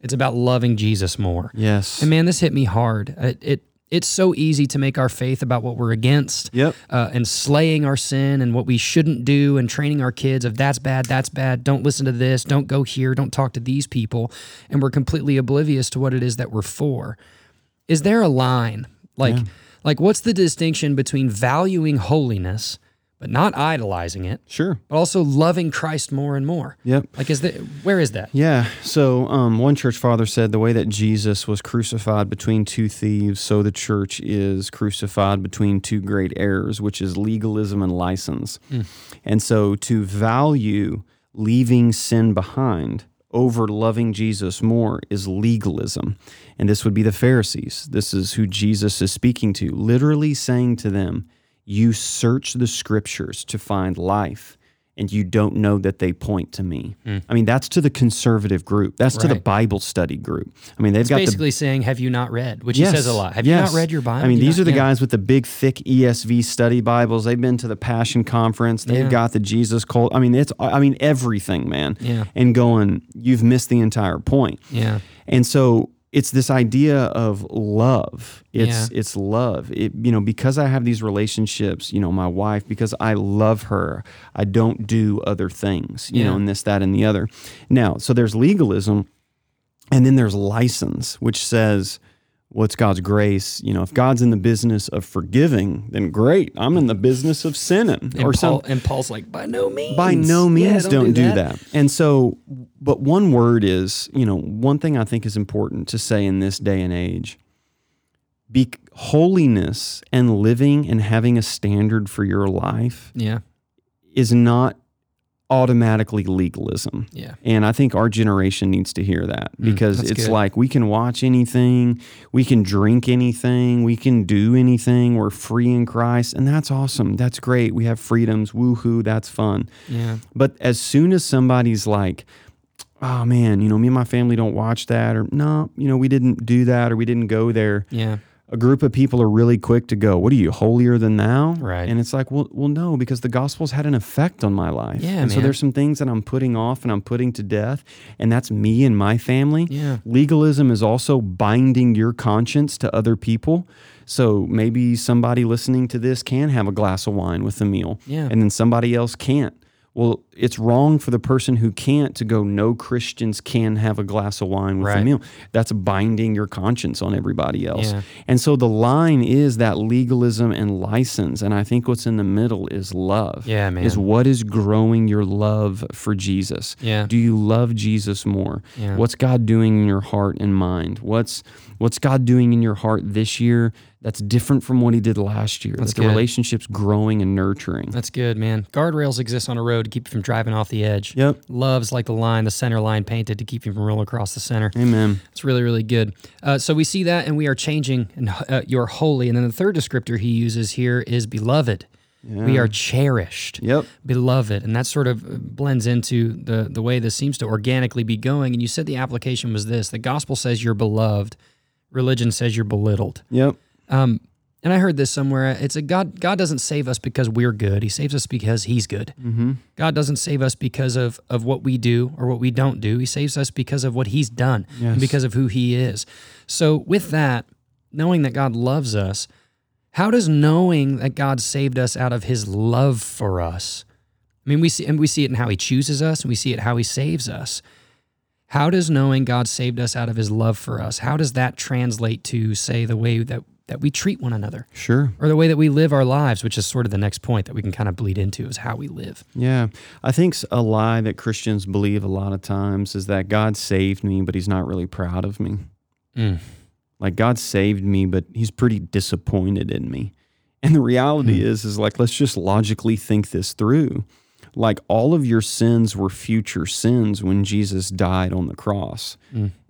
Speaker 1: It's about loving Jesus more.
Speaker 2: Yes.
Speaker 1: And man, this hit me hard. It, it it's so easy to make our faith about what we're against.
Speaker 2: Yep.
Speaker 1: Uh, and slaying our sin and what we shouldn't do and training our kids of that's bad, that's bad, don't listen to this, don't go here, don't talk to these people. And we're completely oblivious to what it is that we're for. Is there a line? Like like what's the distinction between valuing holiness but not idolizing it,
Speaker 2: Sure.
Speaker 1: but also loving Christ more and more?
Speaker 2: Yep.
Speaker 1: Like is there where is that?
Speaker 2: Yeah. So um, one church father said the way that Jesus was crucified between two thieves, so the church is crucified between two great errors, which is legalism and license. And so to value leaving sin behind over loving Jesus more is legalism. And this would be the Pharisees. This is who Jesus is speaking to, literally saying to them, You search the scriptures to find life and you don't know that they point to me. I mean, that's to the conservative group. That's to the
Speaker 1: Hmm. Right.
Speaker 2: Bible study group. I mean, they've got the
Speaker 1: Basically saying, have you not read? Which he says a lot. Have
Speaker 2: yes.
Speaker 1: you not read your Bible?
Speaker 2: I mean,
Speaker 1: Do you
Speaker 2: these
Speaker 1: not-
Speaker 2: are the
Speaker 1: yeah.
Speaker 2: guys with the big, thick ESV study Bibles. They've been to the Passion Conference. They've
Speaker 1: Yeah.
Speaker 2: got the Jesus cult. I mean, it's I mean everything, man.
Speaker 1: Yeah.
Speaker 2: And going, you've missed the entire point.
Speaker 1: Yeah.
Speaker 2: And so it's this idea of love. It's it's love. It you know because I have these relationships, you know, my wife because I love her, I don't do other things, you know,
Speaker 1: Yeah.
Speaker 2: and this that and the other. Now, so there's legalism and then there's license, which says what's God's grace? You know, if God's in the business of forgiving, then great. I'm in the business of sinning
Speaker 1: And
Speaker 2: or something.
Speaker 1: Paul, and Paul's like, by no means.
Speaker 2: By no
Speaker 1: Yeah,
Speaker 2: means don't, do that. And so, but one word is, you know, one thing I think is important to say in this day and age be, holiness and living and having a standard for your life
Speaker 1: Yeah,
Speaker 2: is not automatically legalism.
Speaker 1: yeah,
Speaker 2: And I think our generation needs to hear that because
Speaker 1: that's
Speaker 2: it's
Speaker 1: good.
Speaker 2: like we can watch anything, we can drink anything, we can do anything. We're free in Christ. And that's awesome. That's great. We have freedoms. Woohoo. That's fun.
Speaker 1: yeah,
Speaker 2: But as soon as somebody's like, oh man, you know, me and my family don't watch that, or no, you know, we didn't do that, or we didn't go there,
Speaker 1: yeah.
Speaker 2: a group of people are really quick to go, what are you, holier than thou?
Speaker 1: Right.
Speaker 2: And it's like, well, well no, because the gospel's had an effect on my life.
Speaker 1: Yeah,
Speaker 2: and so
Speaker 1: man.
Speaker 2: there's some things that I'm putting off and I'm putting to death, and that's me and my family.
Speaker 1: Yeah.
Speaker 2: Legalism is also binding your conscience to other people. So maybe somebody listening to this can have a glass of wine with a meal
Speaker 1: Yeah.
Speaker 2: and then somebody else can't. Well, it's wrong for the person who can't to go, no Christians can have a glass of wine with a
Speaker 1: Right.
Speaker 2: meal. That's binding your conscience on everybody else.
Speaker 1: Yeah.
Speaker 2: And so the line is that legalism and license. And I think what's in the middle is love.
Speaker 1: Yeah,
Speaker 2: Is
Speaker 1: man.
Speaker 2: what is growing your love for Jesus?
Speaker 1: Yeah.
Speaker 2: Do you love Jesus more?
Speaker 1: Yeah.
Speaker 2: What's God doing in your heart and mind? What's what's God doing in your heart this year that's different from what he did last year? That's that the
Speaker 1: good.
Speaker 2: relationship's growing and nurturing.
Speaker 1: That's good, man. Guardrails exist on a road to keep you from driving off the edge.
Speaker 2: Yep.
Speaker 1: Love's like the line, the center line painted to keep you from rolling across the center.
Speaker 2: Amen.
Speaker 1: It's really, really good. Uh, so we see that, and we are changing and uh, you're holy. And then the third descriptor he uses here is beloved. We are cherished.
Speaker 2: Yep.
Speaker 1: beloved and that sort of uh, blends into the the way this seems to organically be going and you said the application was this the gospel says you're beloved religion says you're belittled
Speaker 2: Yep.
Speaker 1: and i heard this somewhere it's a god god doesn't save us because we're good he saves us because he's good mm-hmm. god doesn't save us because of of what we do or what we don't do he saves us because of what he's done and because of who he is so with that knowing that god loves us how does knowing that God saved us out of his love for us, I mean, we see, and we see it in how he chooses us, and we see it how he saves us. How does knowing God saved us out of his love for us, how does that translate to, say, the way that, that we treat one another
Speaker 2: Sure.
Speaker 1: or the way that we live our lives, which is sort of the next point that we can kind of bleed into is how we live.
Speaker 2: Yeah. I think s- a lie that Christians believe a lot of times is that God saved me, but he's not really proud of me.
Speaker 1: Mm.
Speaker 2: Like God saved me, but he's pretty disappointed in me. And the reality is is like let's just logically think this through. Like all of your sins were future sins when Jesus died on the cross.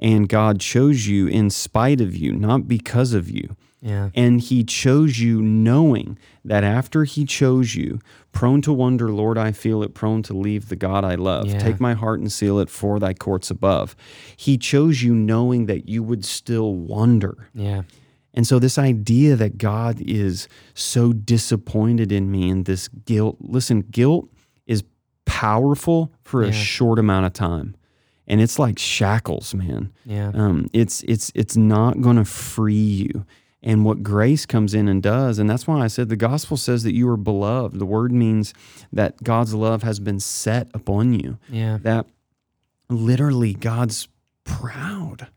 Speaker 2: And God chose you in spite of you, not because of you.
Speaker 1: Yeah.
Speaker 2: And he chose you knowing that after he chose you, prone to wonder, Lord, I feel it, prone to leave the God I love.
Speaker 1: Yeah.
Speaker 2: Take my heart and seal it for thy courts above. He chose you knowing that you would still wonder.
Speaker 1: Yeah.
Speaker 2: And so, this idea that God is so disappointed in me and this guilt listen, guilt is powerful for a
Speaker 1: Yeah.
Speaker 2: short amount of time. and it's like shackles, man.
Speaker 1: Yeah.
Speaker 2: Um, it's it's it's not going to free you. And what grace comes in and does, and that's why I said the gospel says that you are beloved. The word means that God's love has been set upon you.
Speaker 1: Yeah.
Speaker 2: That literally God's proud.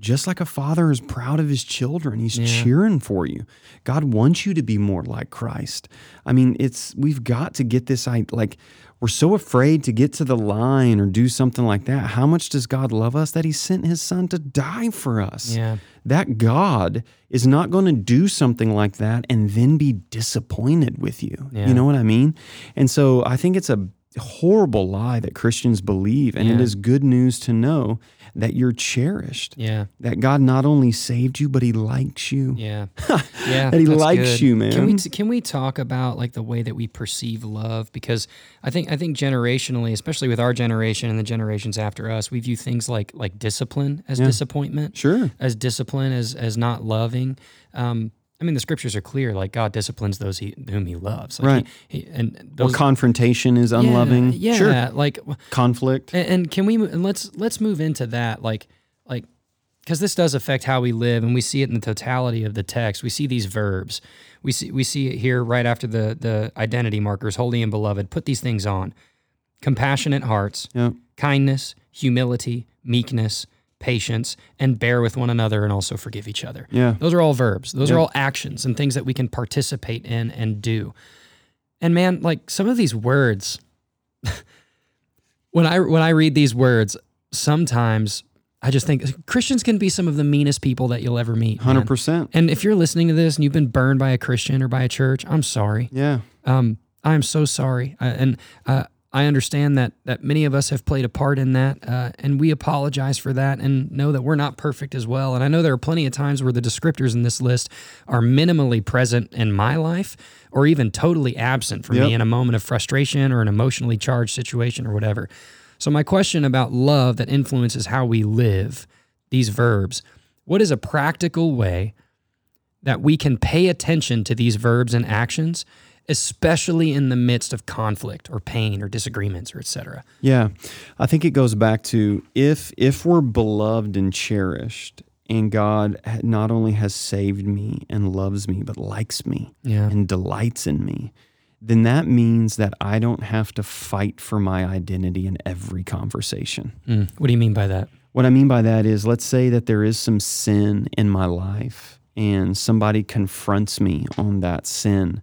Speaker 2: Just like a father is proud of his children, he's
Speaker 1: Yeah.
Speaker 2: cheering for you. God wants you to be more like Christ. I mean, it's we've got to get this I like we're so afraid to get to the line or do something like that. How much does God love us that he sent his son to die for us?
Speaker 1: Yeah.
Speaker 2: That God is not going to do something like that and then be disappointed with you.
Speaker 1: Yeah.
Speaker 2: You know what I mean? And so I think it's a horrible lie that Christians believe. And it
Speaker 1: Yeah.
Speaker 2: is good news to know that you're cherished,
Speaker 1: Yeah.
Speaker 2: that God not only saved you, but He likes you.
Speaker 1: Yeah. Yeah.
Speaker 2: That he
Speaker 1: that's
Speaker 2: likes
Speaker 1: good.
Speaker 2: you, man.
Speaker 1: Can we can we talk about like the way that we perceive love because I think I think generationally, especially with our generation and the generations after us, we view things like like discipline as disappointment.
Speaker 2: Sure.
Speaker 1: as discipline as as not loving. Um, I mean, the scriptures are clear. Like God disciplines those he, whom He loves. Like,
Speaker 2: Right.
Speaker 1: He, he, and
Speaker 2: Or
Speaker 1: those
Speaker 2: confrontation is
Speaker 1: yeah,
Speaker 2: unloving.
Speaker 1: Yeah.
Speaker 2: Sure.
Speaker 1: Like,
Speaker 2: Conflict.
Speaker 1: and, and can we? mo- And let's let's move into that. Like, like, because this does affect how we live, and we see it in the totality of the text. We see these verbs. We see we see it here right after the the identity markers, holy and beloved. Put these things on. Compassionate hearts
Speaker 2: Yeah.
Speaker 1: kindness, humility, meekness, patience, and bear with one another and also forgive each other.
Speaker 2: Yeah.
Speaker 1: Those are all verbs. Those are all actions and things that we can participate in and do. And man, like some of these words when I when I read these words, sometimes I just think Christians can be some of the meanest people that you'll ever meet. man.
Speaker 2: 100%.
Speaker 1: And if you're listening to this and you've been burned by a Christian or by a church, I'm sorry.
Speaker 2: Yeah.
Speaker 1: Um, I am so sorry, I, and uh, I understand that that many of us have played a part in that, uh, and we apologize for that, and know that we're not perfect as well. And I know there are plenty of times where the descriptors in this list are minimally present in my life, or even totally absent from
Speaker 2: Yep.
Speaker 1: me in a moment of frustration or an emotionally charged situation or whatever. So my question about love that influences how we live, these verbs, what is a practical way? that we can pay attention to these verbs and actions, especially in the midst of conflict or pain or disagreements or etc.
Speaker 2: Yeah. I think it goes back to if if we're beloved and cherished and God ha- not only has saved me and loves me but likes me
Speaker 1: Yeah.
Speaker 2: and delights in me, then that means that I don't have to fight for my identity in every conversation.
Speaker 1: Mm. What do you mean by that?
Speaker 2: What I mean by that is, let's say that there is some sin in my life and somebody confronts me on that sin.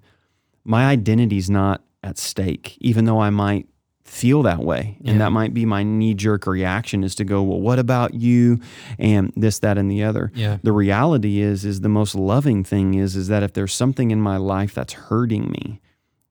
Speaker 2: My identity's not at stake, even though I might feel that way.
Speaker 1: Yeah.
Speaker 2: And that might be my knee jerk reaction is to go, well, what about you? And this, that, and the other.
Speaker 1: Yeah.
Speaker 2: The reality is, is the most loving thing is, is that if there's something in my life that's hurting me,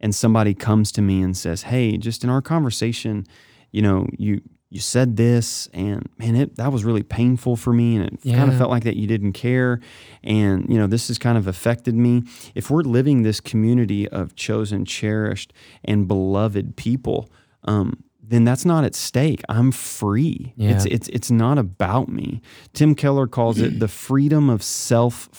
Speaker 2: and somebody comes to me and says, "Hey, just in our conversation, you know, you you said this, and man, it that was really painful for me, and it kind
Speaker 1: Yeah.
Speaker 2: of felt like that you didn't care, and you know, this has kind of affected me." If we're living this community of chosen, cherished, and beloved people, um, then that's not at stake. I'm free.
Speaker 1: Yeah.
Speaker 2: It's it's it's not about me. Tim Keller calls it the freedom of self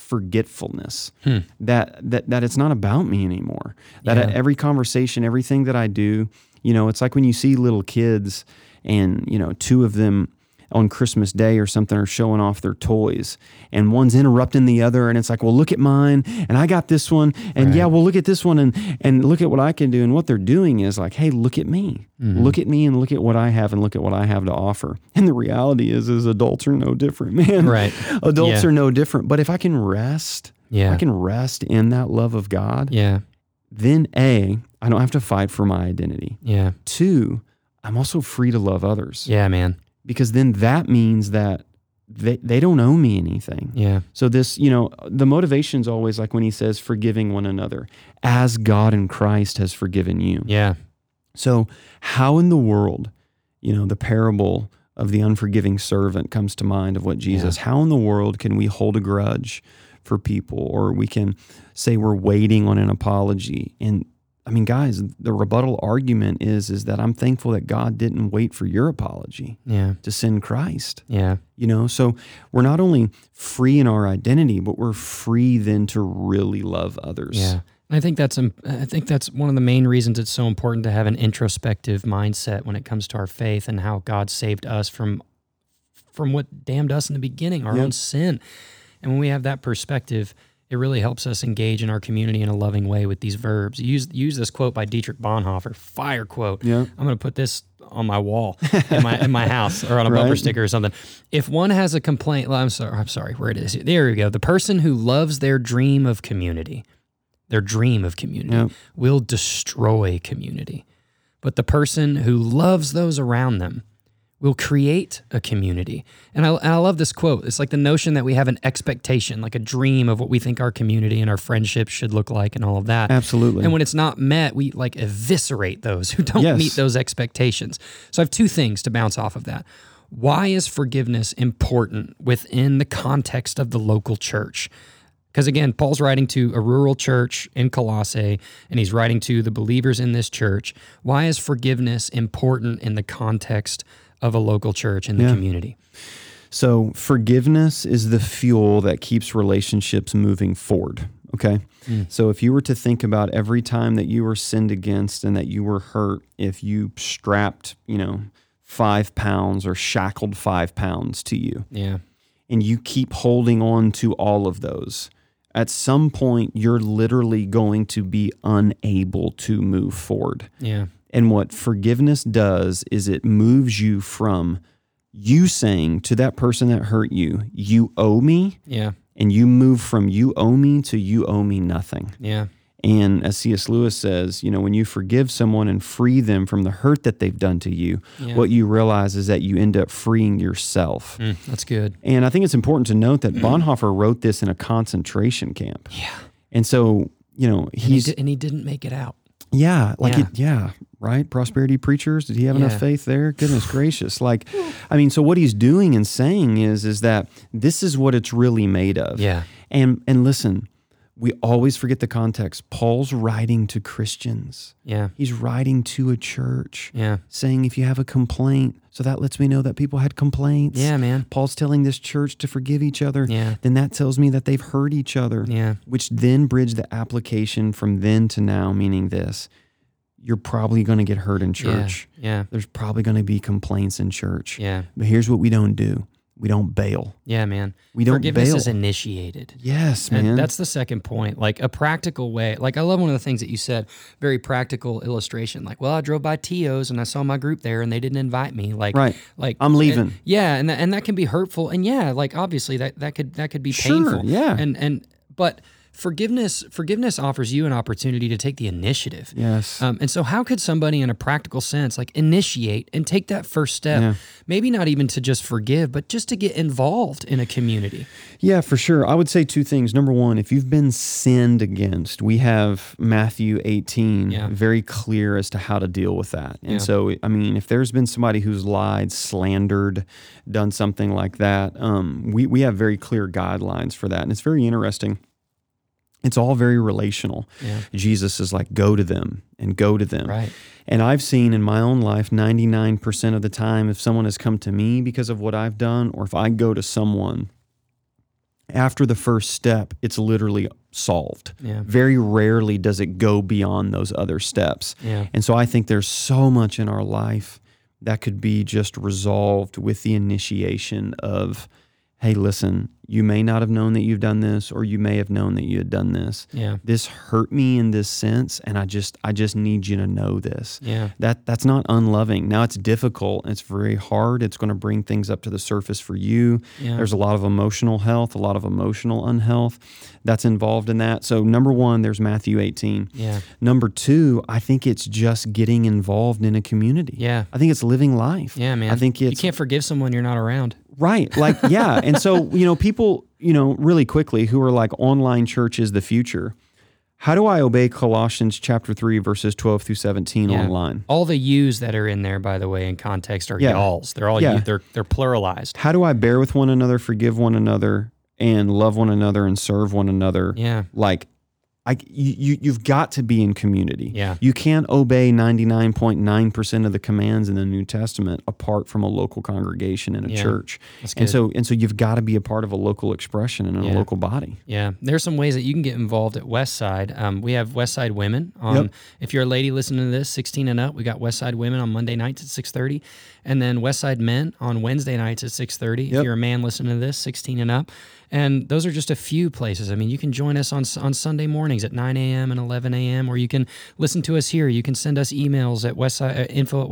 Speaker 2: forgetfulness. That that that it's not about me anymore. That
Speaker 1: Hmm. Yeah.
Speaker 2: every conversation, everything that I do, you know, it's like when you see little kids and you know two of them on Christmas Day or something are showing off their toys and one's interrupting the other and it's like, well, look at mine and I got this one and yeah, well, look at this one and and look at what I can do and what they're doing is like, hey, look at me,
Speaker 1: Mm-hmm.
Speaker 2: look at me and look at what I have and look at what I have to offer. And the reality is, is adults are no different, man.
Speaker 1: Right.
Speaker 2: adults
Speaker 1: Yeah.
Speaker 2: are no different. But if I can rest, if
Speaker 1: Yeah.
Speaker 2: I can rest in that love of God.
Speaker 1: Yeah.
Speaker 2: Then a, I don't have to fight for my identity.
Speaker 1: Yeah.
Speaker 2: Two, I'm also free to love others
Speaker 1: Yeah, man.
Speaker 2: because then that means that they, they don't owe me anything.
Speaker 1: Yeah.
Speaker 2: So this, you know, the motivation's always like when he says forgiving one another as God in Christ has forgiven you.
Speaker 1: Yeah.
Speaker 2: So how in the world, you know, the parable of the unforgiving servant comes to mind of what Jesus, how in the world can we hold a grudge for people or we can say we're waiting on an apology and I mean guys, the rebuttal argument is is that I'm thankful that God didn't wait for your apology
Speaker 1: Yeah.
Speaker 2: to send Christ.
Speaker 1: Yeah.
Speaker 2: You know, so we're not only free in our identity, but we're free then to really love others.
Speaker 1: Yeah. And I think that's im- I think that's one of the main reasons it's so important to have an introspective mindset when it comes to our faith and how God saved us from from what damned us in the beginning, our own sin. And when we have that perspective, it really helps us engage in our community in a loving way with these verbs. Use use this quote by Dietrich Bonhoeffer, fire quote.
Speaker 2: Yeah.
Speaker 1: I'm going to put this on my wall in my in my house or on a bumper
Speaker 2: Right.
Speaker 1: sticker or something. If one has a complaint, well, I'm sorry, I'm sorry, where it is. There we go. The person who loves their dream of community, their dream of community
Speaker 2: Yep.
Speaker 1: will destroy community. But the person who loves those around them will create a community. And I, and I love this quote. It's like the notion that we have an expectation, like a dream of what we think our community and our friendships should look like and all of that.
Speaker 2: Absolutely.
Speaker 1: And when it's not met, we like eviscerate those who don't
Speaker 2: Yes.
Speaker 1: meet those expectations. So I have two things to bounce off of that. Why is forgiveness important within the context of the local church? Because again, Paul's writing to a rural church in Colossae, and he's writing to the believers in this church. Why is forgiveness important in the context of a local church in the community?
Speaker 2: So, forgiveness is the fuel that keeps relationships moving forward. Okay.
Speaker 1: Mm.
Speaker 2: So, if you were to think about every time that you were sinned against and that you were hurt, if you strapped, you know, five pounds or shackled five pounds to you,
Speaker 1: Yeah.
Speaker 2: and you keep holding on to all of those, at some point, you're literally going to be unable to move forward.
Speaker 1: Yeah.
Speaker 2: And what forgiveness does is it moves you from you saying to that person that hurt you, you owe me,
Speaker 1: Yeah.
Speaker 2: and you move from you owe me to you owe me nothing.
Speaker 1: Yeah.
Speaker 2: And as C.S. Lewis says, you know, when you forgive someone and free them from the hurt that they've done to you, what you realize is that you end up freeing yourself.
Speaker 1: Mm, that's good.
Speaker 2: And I think it's important to note that Bonhoeffer wrote this in a concentration camp.
Speaker 1: Mm. Yeah.
Speaker 2: And so, you know,
Speaker 1: And he,
Speaker 2: he's,
Speaker 1: di- and he didn't make it out.
Speaker 2: yeah, like,
Speaker 1: Yeah.
Speaker 2: It, yeah, right? Prosperity preachers, did he have
Speaker 1: Yeah.
Speaker 2: enough faith there? Goodness gracious. Like, I mean, so what he's doing and saying is, is that this is what it's really made of.
Speaker 1: Yeah.
Speaker 2: And, and listen, we always forget the context. Paul's writing to Christians.
Speaker 1: Yeah.
Speaker 2: He's writing to a church
Speaker 1: Yeah.
Speaker 2: saying, if you have a complaint, so that lets me know that people had complaints.
Speaker 1: Yeah, man.
Speaker 2: Paul's telling this church to forgive each other.
Speaker 1: Yeah.
Speaker 2: Then that tells me that they've hurt each other.
Speaker 1: Yeah.
Speaker 2: Which then bridged the application from then to now, meaning this you're probably going to get hurt in church.
Speaker 1: Yeah.
Speaker 2: There's probably going to be complaints in church.
Speaker 1: Yeah.
Speaker 2: But here's what we don't do we don't bail.
Speaker 1: Yeah, man.
Speaker 2: We don't
Speaker 1: Forgiveness
Speaker 2: bail.
Speaker 1: is initiated.
Speaker 2: yes,
Speaker 1: And
Speaker 2: man.
Speaker 1: that's the second point. Like a practical way. Like I love one of the things that you said, very practical illustration. Like, well, I drove by Tio's and I saw my group there and they didn't invite me. Like
Speaker 2: Right.
Speaker 1: like
Speaker 2: I'm leaving.
Speaker 1: and- yeah, and that, and that can be hurtful. And yeah, like obviously that that could that could be
Speaker 2: Sure,
Speaker 1: painful.
Speaker 2: yeah.
Speaker 1: And and but forgiveness forgiveness offers you an opportunity to take the initiative.
Speaker 2: yes.
Speaker 1: Um, and so, how could somebody, in a practical sense, like initiate and take that first step? Maybe not even to just forgive, but just to get involved in a community.
Speaker 2: Yeah, for sure. I would say two things. Number one, if you've been sinned against, we have Matthew 18
Speaker 1: Yeah.
Speaker 2: very clear as to how to deal with that. And
Speaker 1: Yeah.
Speaker 2: so, I mean, if there's been somebody who's lied, slandered, done something like that, um, we, we have very clear guidelines for that. And it's very interesting. It's all very relational.
Speaker 1: Yeah.
Speaker 2: Jesus is like, go to them and go to them.
Speaker 1: Right.
Speaker 2: And I've seen in my own life 99% of the time, if someone has come to me because of what I've done, or if I go to someone after the first step, it's literally solved.
Speaker 1: Yeah.
Speaker 2: Very rarely does it go beyond those other steps.
Speaker 1: Yeah.
Speaker 2: And so I think there's so much in our life that could be just resolved with the initiation of, hey, listen, you may not have known that you've done this, or you may have known that you had done this
Speaker 1: Yeah.
Speaker 2: this hurt me in this sense and i just i just need you to know this
Speaker 1: Yeah.
Speaker 2: that that's not unloving now it's difficult and it's very hard it's going to bring things up to the surface for you
Speaker 1: Yeah.
Speaker 2: there's a lot of emotional health a lot of emotional unhealth that's involved in that so number one there's matthew 18
Speaker 1: Yeah.
Speaker 2: number two i think it's just getting involved in a community
Speaker 1: Yeah.
Speaker 2: i think it's living life
Speaker 1: Yeah, man.
Speaker 2: i think
Speaker 1: you
Speaker 2: it's
Speaker 1: can't forgive someone you're not around.
Speaker 2: Right. Like, yeah. and so, you know, people, you know, really quickly who are like online church is the future. How do I obey Colossians chapter 3, verses 12 through 17
Speaker 1: Yeah.
Speaker 2: online?
Speaker 1: All the yous that are in there, by the way, in context, are
Speaker 2: Yeah.
Speaker 1: y'alls. They're all
Speaker 2: Yeah.
Speaker 1: you, they're they're pluralized.
Speaker 2: How do I bear with one another, forgive one another, and love one another and serve one another?
Speaker 1: Yeah.
Speaker 2: Like, I, you, you- you've got to be in community.
Speaker 1: Yeah.
Speaker 2: You can't obey 99.9% of the commands in the New Testament apart from a local congregation and a
Speaker 1: Yeah.
Speaker 2: church.
Speaker 1: That's
Speaker 2: And
Speaker 1: good.
Speaker 2: so, and so you've got to be a part of a local expression and a
Speaker 1: Yeah.
Speaker 2: local body.
Speaker 1: Yeah, there's some ways that you can get involved at Westside. Um, we have Westside Women. On,
Speaker 2: Yep.
Speaker 1: If you're a lady listening to this, 16 and up, we got Westside Women on Monday nights at 6:30, and then Westside Men on Wednesday nights at 6:30. If
Speaker 2: Yep.
Speaker 1: you're a man listening to this, 16 and up, and those are just a few places. I mean, you can join us on s- on Sunday mornings at 9 a.m. and 11 a.m., or you can listen to us here. You can send us emails at Westside uh, info at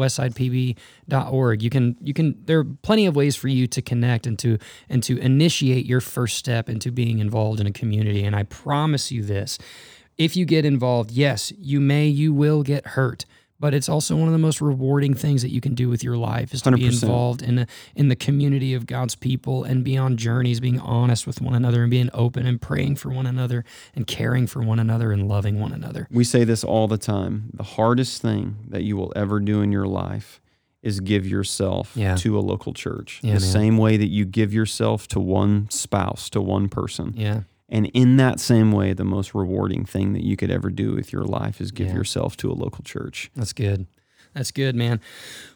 Speaker 1: westsidepb.org. You can you can there are plenty of ways for you to connect and to and to initiate your first step into being involved in a community. And I promise you this. If you get involved, yes, you may, you will get hurt, but it's also one of the most rewarding things that you can do with your life is to be
Speaker 2: 100%.
Speaker 1: involved in a, in the community of God's people and be on journeys, being honest with one another and being open and praying for one another and caring for one another and loving one another.
Speaker 2: We say this all the time. The hardest thing that you will ever do in your life is give yourself
Speaker 1: Yeah.
Speaker 2: to a local church.
Speaker 1: Yeah,
Speaker 2: the
Speaker 1: man.
Speaker 2: same way that you give yourself to one spouse, to one person.
Speaker 1: Yeah.
Speaker 2: And in that same way, the most rewarding thing that you could ever do with your life is give
Speaker 1: Yeah.
Speaker 2: yourself to a local church.
Speaker 1: That's good. That's good, man.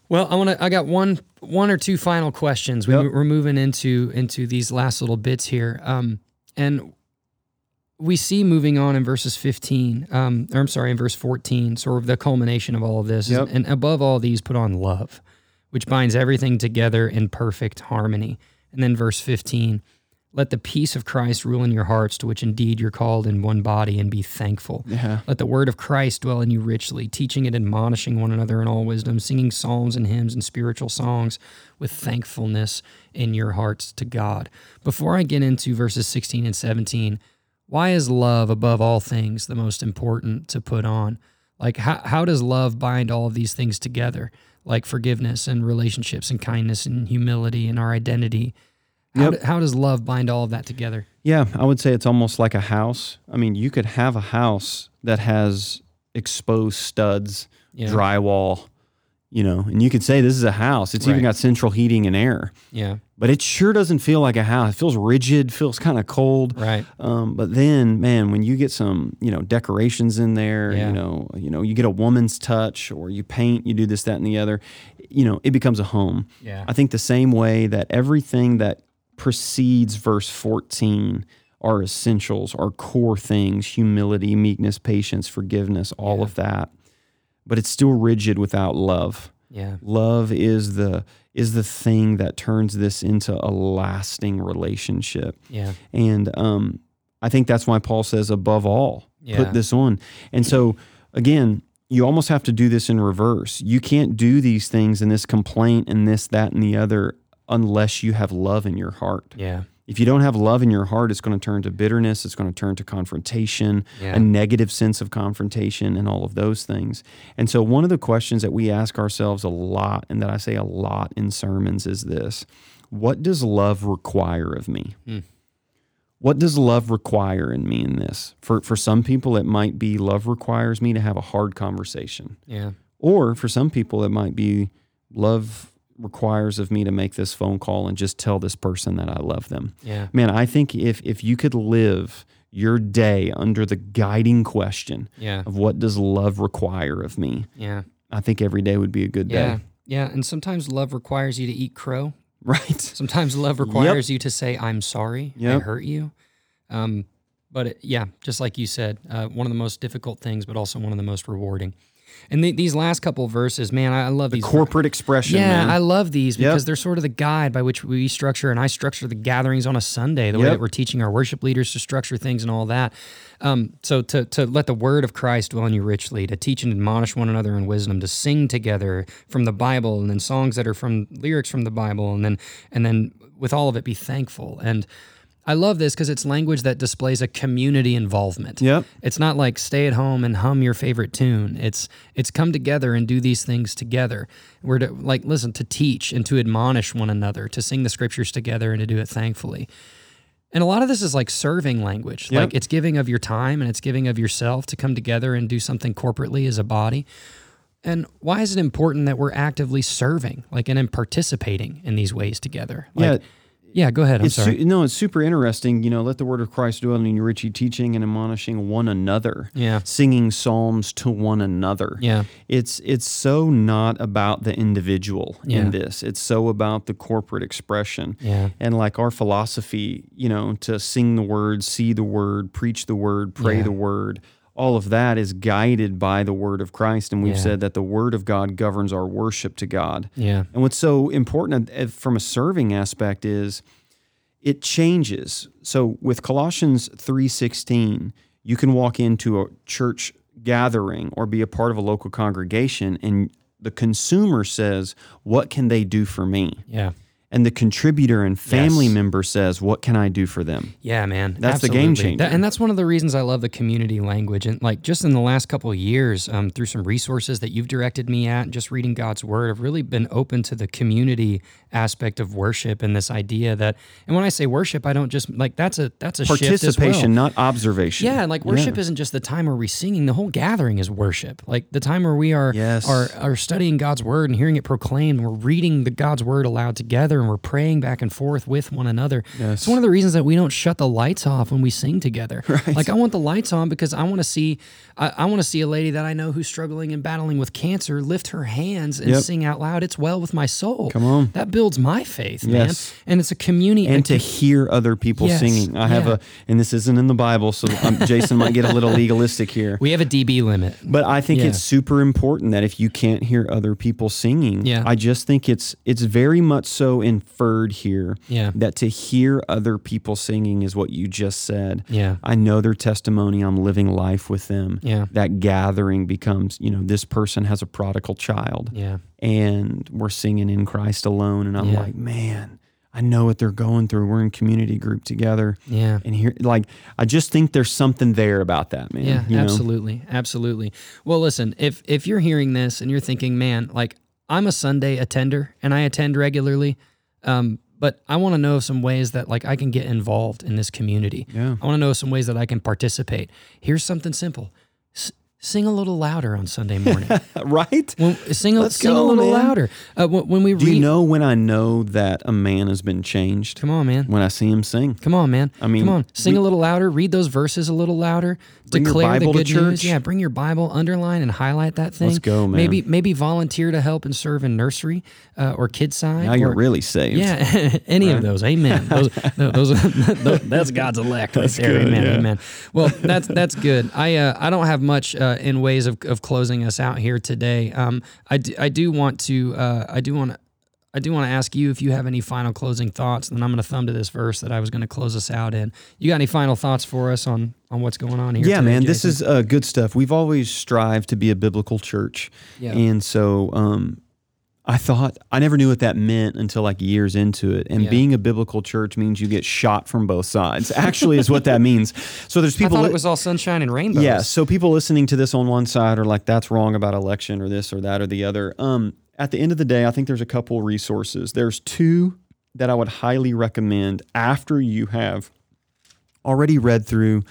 Speaker 1: Well, I want to. I got one, one or two final questions. We,
Speaker 2: Yep.
Speaker 1: We're moving into into these last little bits here, um, and we see moving on in verses fifteen. Um, or I'm sorry, in verse fourteen, sort of the culmination of all of this,
Speaker 2: Yep.
Speaker 1: and above all these, put on love, which binds everything together in perfect harmony. And then verse fifteen, let the peace of Christ rule in your hearts, to which indeed you're called in one body, and be thankful.
Speaker 2: Yeah.
Speaker 1: Let the word of Christ dwell in you richly, teaching and admonishing one another in all wisdom, singing psalms and hymns and spiritual songs with thankfulness in your hearts to God. Before I get into verses 16 and 17, why is love above all things the most important to put on? Like, how, how does love bind all of these things together, like forgiveness and relationships and kindness and humility and our identity? How,
Speaker 2: Yep.
Speaker 1: do- how does love bind all of that together?
Speaker 2: Yeah, I would say it's almost like a house. I mean, you could have a house that has exposed studs,
Speaker 1: Yeah.
Speaker 2: drywall, you know, and you could say this is a house. It's
Speaker 1: Right.
Speaker 2: even got central heating and air,
Speaker 1: Yeah,
Speaker 2: but it sure doesn't feel like a house. It feels rigid, feels kind of cold.
Speaker 1: right.
Speaker 2: Um, but then, man, when you get some, you know, decorations in there,
Speaker 1: Yeah.
Speaker 2: you know, you know, you get a woman's touch, or you paint, you do this, that, and the other, you know, it becomes a home.
Speaker 1: Yeah.
Speaker 2: I think the same way that everything that precedes verse fourteen are essentials, are core things: humility, meekness, patience, forgiveness, all of that. But it's still rigid without love
Speaker 1: Yeah.
Speaker 2: love is the is the thing that turns this into a lasting relationship
Speaker 1: Yeah.
Speaker 2: and um, i think that's why paul says above all
Speaker 1: Yeah.
Speaker 2: put this on and so again you almost have to do this in reverse you can't do these things and this complaint and this that and the other unless you have love in your heart
Speaker 1: Yeah.
Speaker 2: if you don't have love in your heart it's going to turn to bitterness it's going to turn to confrontation
Speaker 1: Yeah.
Speaker 2: a negative sense of confrontation and all of those things. And so, one of the questions that we ask ourselves a lot, and that I say a lot in sermons, is this What does love require of me? What does love require in me in this? For, for some people, it might be love requires me to have a hard conversation.
Speaker 1: Yeah.
Speaker 2: Or for some people, it might be love requires of me to make this phone call and just tell this person that I love them.
Speaker 1: Yeah.
Speaker 2: Man, I think if if you could live your day under the guiding question
Speaker 1: Yeah.
Speaker 2: of what does love require of me,
Speaker 1: Yeah.
Speaker 2: I think every day would be a good
Speaker 1: Yeah.
Speaker 2: day.
Speaker 1: Yeah. And sometimes love requires you to eat crow.
Speaker 2: Right.
Speaker 1: Sometimes love requires you to say, I'm sorry. I
Speaker 2: Yep.
Speaker 1: hurt you. Um, but it, yeah, just like you said, uh, one of the most difficult things, but also one of the most rewarding. And the, these last couple of verses, man, I, I love these.
Speaker 2: Corporate expression.
Speaker 1: yeah,
Speaker 2: man.
Speaker 1: I love these because they're sort of the guide by which we structure and I structure the gatherings on a Sunday, the way
Speaker 2: Yep.
Speaker 1: that we're teaching our worship leaders to structure things and all that. Um, so to, to let the word of Christ dwell in you richly, to teach and admonish one another in wisdom, to sing together from the Bible and then songs that are from lyrics from the Bible and then and then with all of it be thankful. And I love this because it's language that displays a community involvement.
Speaker 2: Yep.
Speaker 1: It's not like stay at home and hum your favorite tune. It's it's come together and do these things together. We're to like listen to teach and to admonish one another, to sing the scriptures together and to do it thankfully. And a lot of this is like serving language.
Speaker 2: Yep.
Speaker 1: Like it's giving of your time and it's giving of yourself to come together and do something corporately as a body. And why is it important that we're actively serving, like and in participating in these ways together? Like,
Speaker 2: yeah.
Speaker 1: Yeah, go ahead. I'm
Speaker 2: It's su-
Speaker 1: sorry.
Speaker 2: no, it's super interesting. You know, let the word of Christ dwell in you richly, teaching and admonishing one another.
Speaker 1: Yeah.
Speaker 2: singing psalms to one another.
Speaker 1: Yeah.
Speaker 2: it's it's so not about the individual
Speaker 1: Yeah.
Speaker 2: in this. It's so about the corporate expression.
Speaker 1: Yeah.
Speaker 2: and like our philosophy, you know, to sing the word, see the word, preach the word, pray
Speaker 1: Yeah.
Speaker 2: the word. All of that is guided by the word of Christ, and we've
Speaker 1: Yeah.
Speaker 2: said that the word of God governs our worship to God.
Speaker 1: Yeah.
Speaker 2: And what's so important uh, from a serving aspect is it changes. So with Colossians 3:16, you can walk into a church gathering or be a part of a local congregation and the consumer says, "What can they do for me?"
Speaker 1: Yeah.
Speaker 2: And the contributor and family
Speaker 1: Yes.
Speaker 2: member says, "What can I do for them?"
Speaker 1: Yeah, man.
Speaker 2: That's the game
Speaker 1: Absolutely. That-
Speaker 2: changer.
Speaker 1: and that's one of the reasons I love the community language. And like just in the last couple of years, um, through some resources that you've directed me at, just reading God's word, I've really been open to the community aspect of worship and this idea that, and when I say worship, I don't just like that's a, that's a shift as well.
Speaker 2: Participation, not observation.
Speaker 1: Yeah, and like worship isn't just the time where we singing. The whole gathering is worship. Like the time where we are
Speaker 2: Yes.
Speaker 1: are are studying God's word and hearing it proclaimed. We're reading the God's word aloud together, and we're praying back and forth with one another. It's one of the reasons that we don't shut the lights off when we sing together. Like I want the lights on because I want to see I, I want to see a lady that I know who's struggling and battling with cancer lift her hands and
Speaker 2: Yep.
Speaker 1: sing out loud. It's well with my soul. Come
Speaker 2: on.
Speaker 1: that builds my faith,
Speaker 2: Yes.
Speaker 1: man. And it's a community.
Speaker 2: and to hear other people
Speaker 1: Yes,
Speaker 2: singing. I have
Speaker 1: yeah.
Speaker 2: a, and this isn't in the Bible, so um, Jason might get a little legalistic here.
Speaker 1: we have a DB limit.
Speaker 2: But I think
Speaker 1: Yeah.
Speaker 2: it's super important that if you can't hear other people singing,
Speaker 1: Yeah.
Speaker 2: I just think it's it's very much so inferred here
Speaker 1: Yeah.
Speaker 2: that to hear other people singing is what you just said.
Speaker 1: Yeah.
Speaker 2: I know their testimony. I'm living life with them.
Speaker 1: Yeah.
Speaker 2: That gathering becomes, you know, this person has a prodigal child
Speaker 1: Yeah.
Speaker 2: and we're singing in Christ alone. And I'm
Speaker 1: Yeah.
Speaker 2: like, man, I know what they're going through. We're in community group together.
Speaker 1: Yeah.
Speaker 2: And here, like, I just think there's something there about that, man.
Speaker 1: Yeah,
Speaker 2: you know?
Speaker 1: absolutely, absolutely. Well, listen, if if you're hearing this and you're thinking, man, like I'm a Sunday attender and I attend regularly, um, but I want to know some ways that like I can get involved in this community.
Speaker 2: Yeah.
Speaker 1: I want to know some ways that I can participate. Here's something simple: S- sing a little louder on Sunday morning.
Speaker 2: Right?
Speaker 1: when, sing a,
Speaker 2: Let's
Speaker 1: sing a
Speaker 2: go,
Speaker 1: little
Speaker 2: man.
Speaker 1: louder. Uh, when, when we
Speaker 2: Do
Speaker 1: read,
Speaker 2: you know when I know that a man has been changed?
Speaker 1: come on, man.
Speaker 2: When I see him sing.
Speaker 1: Come on, man. I
Speaker 2: mean,
Speaker 1: come on. Sing a little louder. Read those verses a little louder.
Speaker 2: Bring your
Speaker 1: declare
Speaker 2: Bible
Speaker 1: the
Speaker 2: to
Speaker 1: good news.
Speaker 2: church.
Speaker 1: Yeah, bring your Bible. Underline and highlight that thing.
Speaker 2: Let's go, man.
Speaker 1: Maybe maybe volunteer to help and serve in nursery uh, or kids side.
Speaker 2: Now
Speaker 1: or-
Speaker 2: you're really saved.
Speaker 1: yeah, any of those. Amen. Those, no, those, those- that's God's elect right there. amen. Amen. Well, that's that's good. I uh, I don't have much uh, in ways of, of closing us out here today. Um, I do, I do want to uh, I do want to. I do want to ask you if you have any final closing thoughts. Then I'm going to thumb to this verse that I was going to close us out in. You got any final thoughts for us on on what's going on here?
Speaker 2: Yeah,
Speaker 1: today,
Speaker 2: man, this
Speaker 1: Jason?
Speaker 2: is uh, good stuff. We've always strived to be a biblical church,
Speaker 1: Yeah.
Speaker 2: and so um, I thought I never knew what that meant until like years into it. And
Speaker 1: Yeah.
Speaker 2: being a biblical church means you get shot from both sides. Actually, is what that means. So there's
Speaker 1: I
Speaker 2: people.
Speaker 1: thought
Speaker 2: that-
Speaker 1: it was all sunshine and rainbows.
Speaker 2: yeah, so people listening to this on one side are like, "That's wrong about election," or this or that or the other. Um, at the end of the day, I think there's a couple resources. There's two that I would highly recommend after you have already read through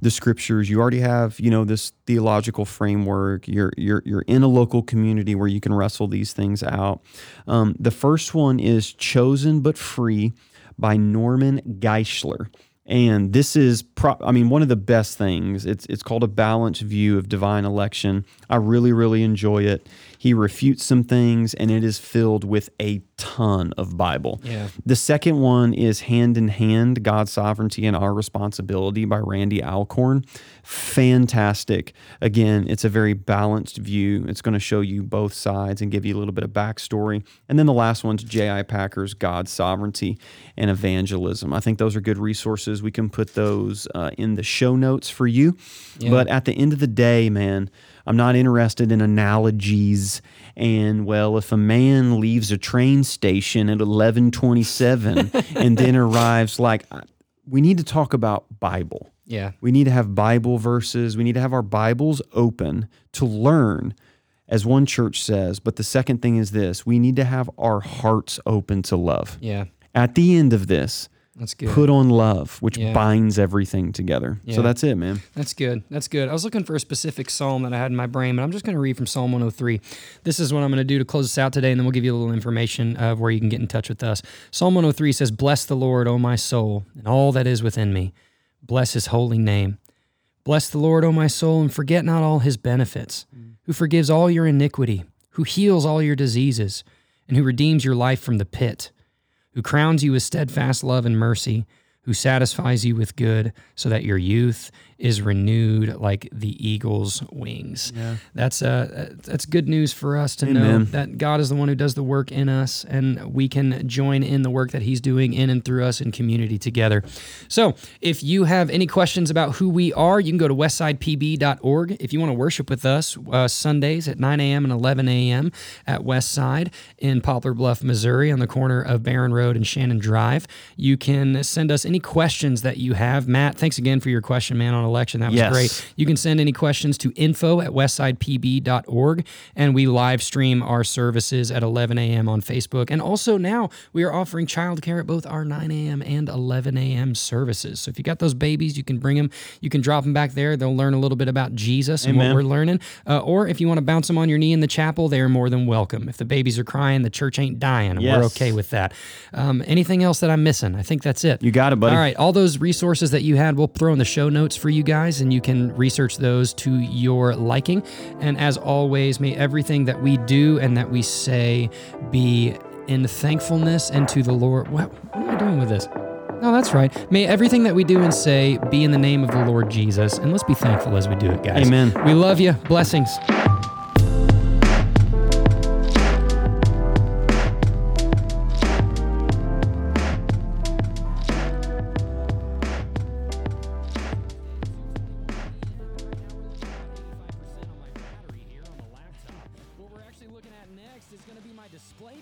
Speaker 2: the scriptures you already have you know this theological framework you're you're, you're in a local community where you can wrestle these things out um, the first one is chosen but free by norman geisler and this is pro- i mean one of the best things it's it's called a balanced view of divine election i really really enjoy it he refutes some things and it is filled with a ton of bible
Speaker 1: Yeah.
Speaker 2: the second one is Hand in Hand God's Sovereignty and Our Responsibility by Randy Alcorn. Fantastic. Again, it's a very balanced view. It's going to show you both sides and give you a little bit of backstory. And then the last one's J.I. Packer's God's Sovereignty and Evangelism. I think those are good resources. We can put those uh, in the show notes for you. But at the end of the day, man, I'm not interested in analogies and well, if a man leaves a train station at 11:27 and then arrives like I- we need to talk about Bible.
Speaker 1: Yeah.
Speaker 2: We need to have Bible verses. We need to have our Bibles open to learn as one church says, but the second thing is this, we need to have our hearts open to love.
Speaker 1: Yeah.
Speaker 2: At the end of this,
Speaker 1: That's good.
Speaker 2: Put on love, which
Speaker 1: Yeah.
Speaker 2: binds everything together.
Speaker 1: Yeah.
Speaker 2: So that's it, man.
Speaker 1: That's good. That's good. I was looking for a specific psalm that I had in my brain, but I'm just going to read from Psalm 103. This is what I'm going to do to close us out today, and then we'll give you a little information of where you can get in touch with us. Psalm 103 says, Bless the Lord, O my soul, and all that is within me. Bless his holy name. Bless the Lord, O my soul, and forget not all his benefits, who forgives all your iniquity, who heals all your diseases, and who redeems your life from the pit who crowns you with steadfast love and mercy, who satisfies you with good, so that your youth is renewed like the eagle's wings. That's uh, that's good news for us to know
Speaker 2: Amen.
Speaker 1: that God is the one who does the work in us, and we can join in the work that He's doing in and through us in community together. So, if you have any questions about who we are, you can go to westsidepb.org. If you want to worship with us uh, Sundays at 9 a.m. and 11 a.m. at Westside in Poplar Bluff, Missouri, on the corner of Barron Road and Shannon Drive, you can send us any questions that you have. Matt, thanks again for your question, man, on election. That was
Speaker 2: Yes.
Speaker 1: great. You can send any questions to info at westsidepb.org. And we live stream our services at 11 a.m. on Facebook. And also now we are offering childcare at both our 9 a.m. and 11 a.m. services. So if you got those babies, you can bring them, you can drop them back there. They'll learn a little bit about Jesus and what
Speaker 2: Amen.
Speaker 1: we're learning. Uh, or if you want to bounce them on your knee in the chapel, they are more than welcome. If the babies are crying, the church ain't dying. And we're
Speaker 2: Yes.
Speaker 1: okay with that. Um, anything else that I'm missing? I think that's it.
Speaker 2: You got it, buddy.
Speaker 1: All right, all those resources that you had, we'll throw in the show notes for you guys, and you can research those to your liking. And as always, may everything that we do and that we say be in thankfulness and to the Lord. What, what am I doing with this? No, that's right. May everything that we do and say be in the name of the Lord Jesus, and let's be thankful as we do it, guys.
Speaker 2: Amen.
Speaker 1: We love you. Blessings. What we're actually looking at next is going to be my display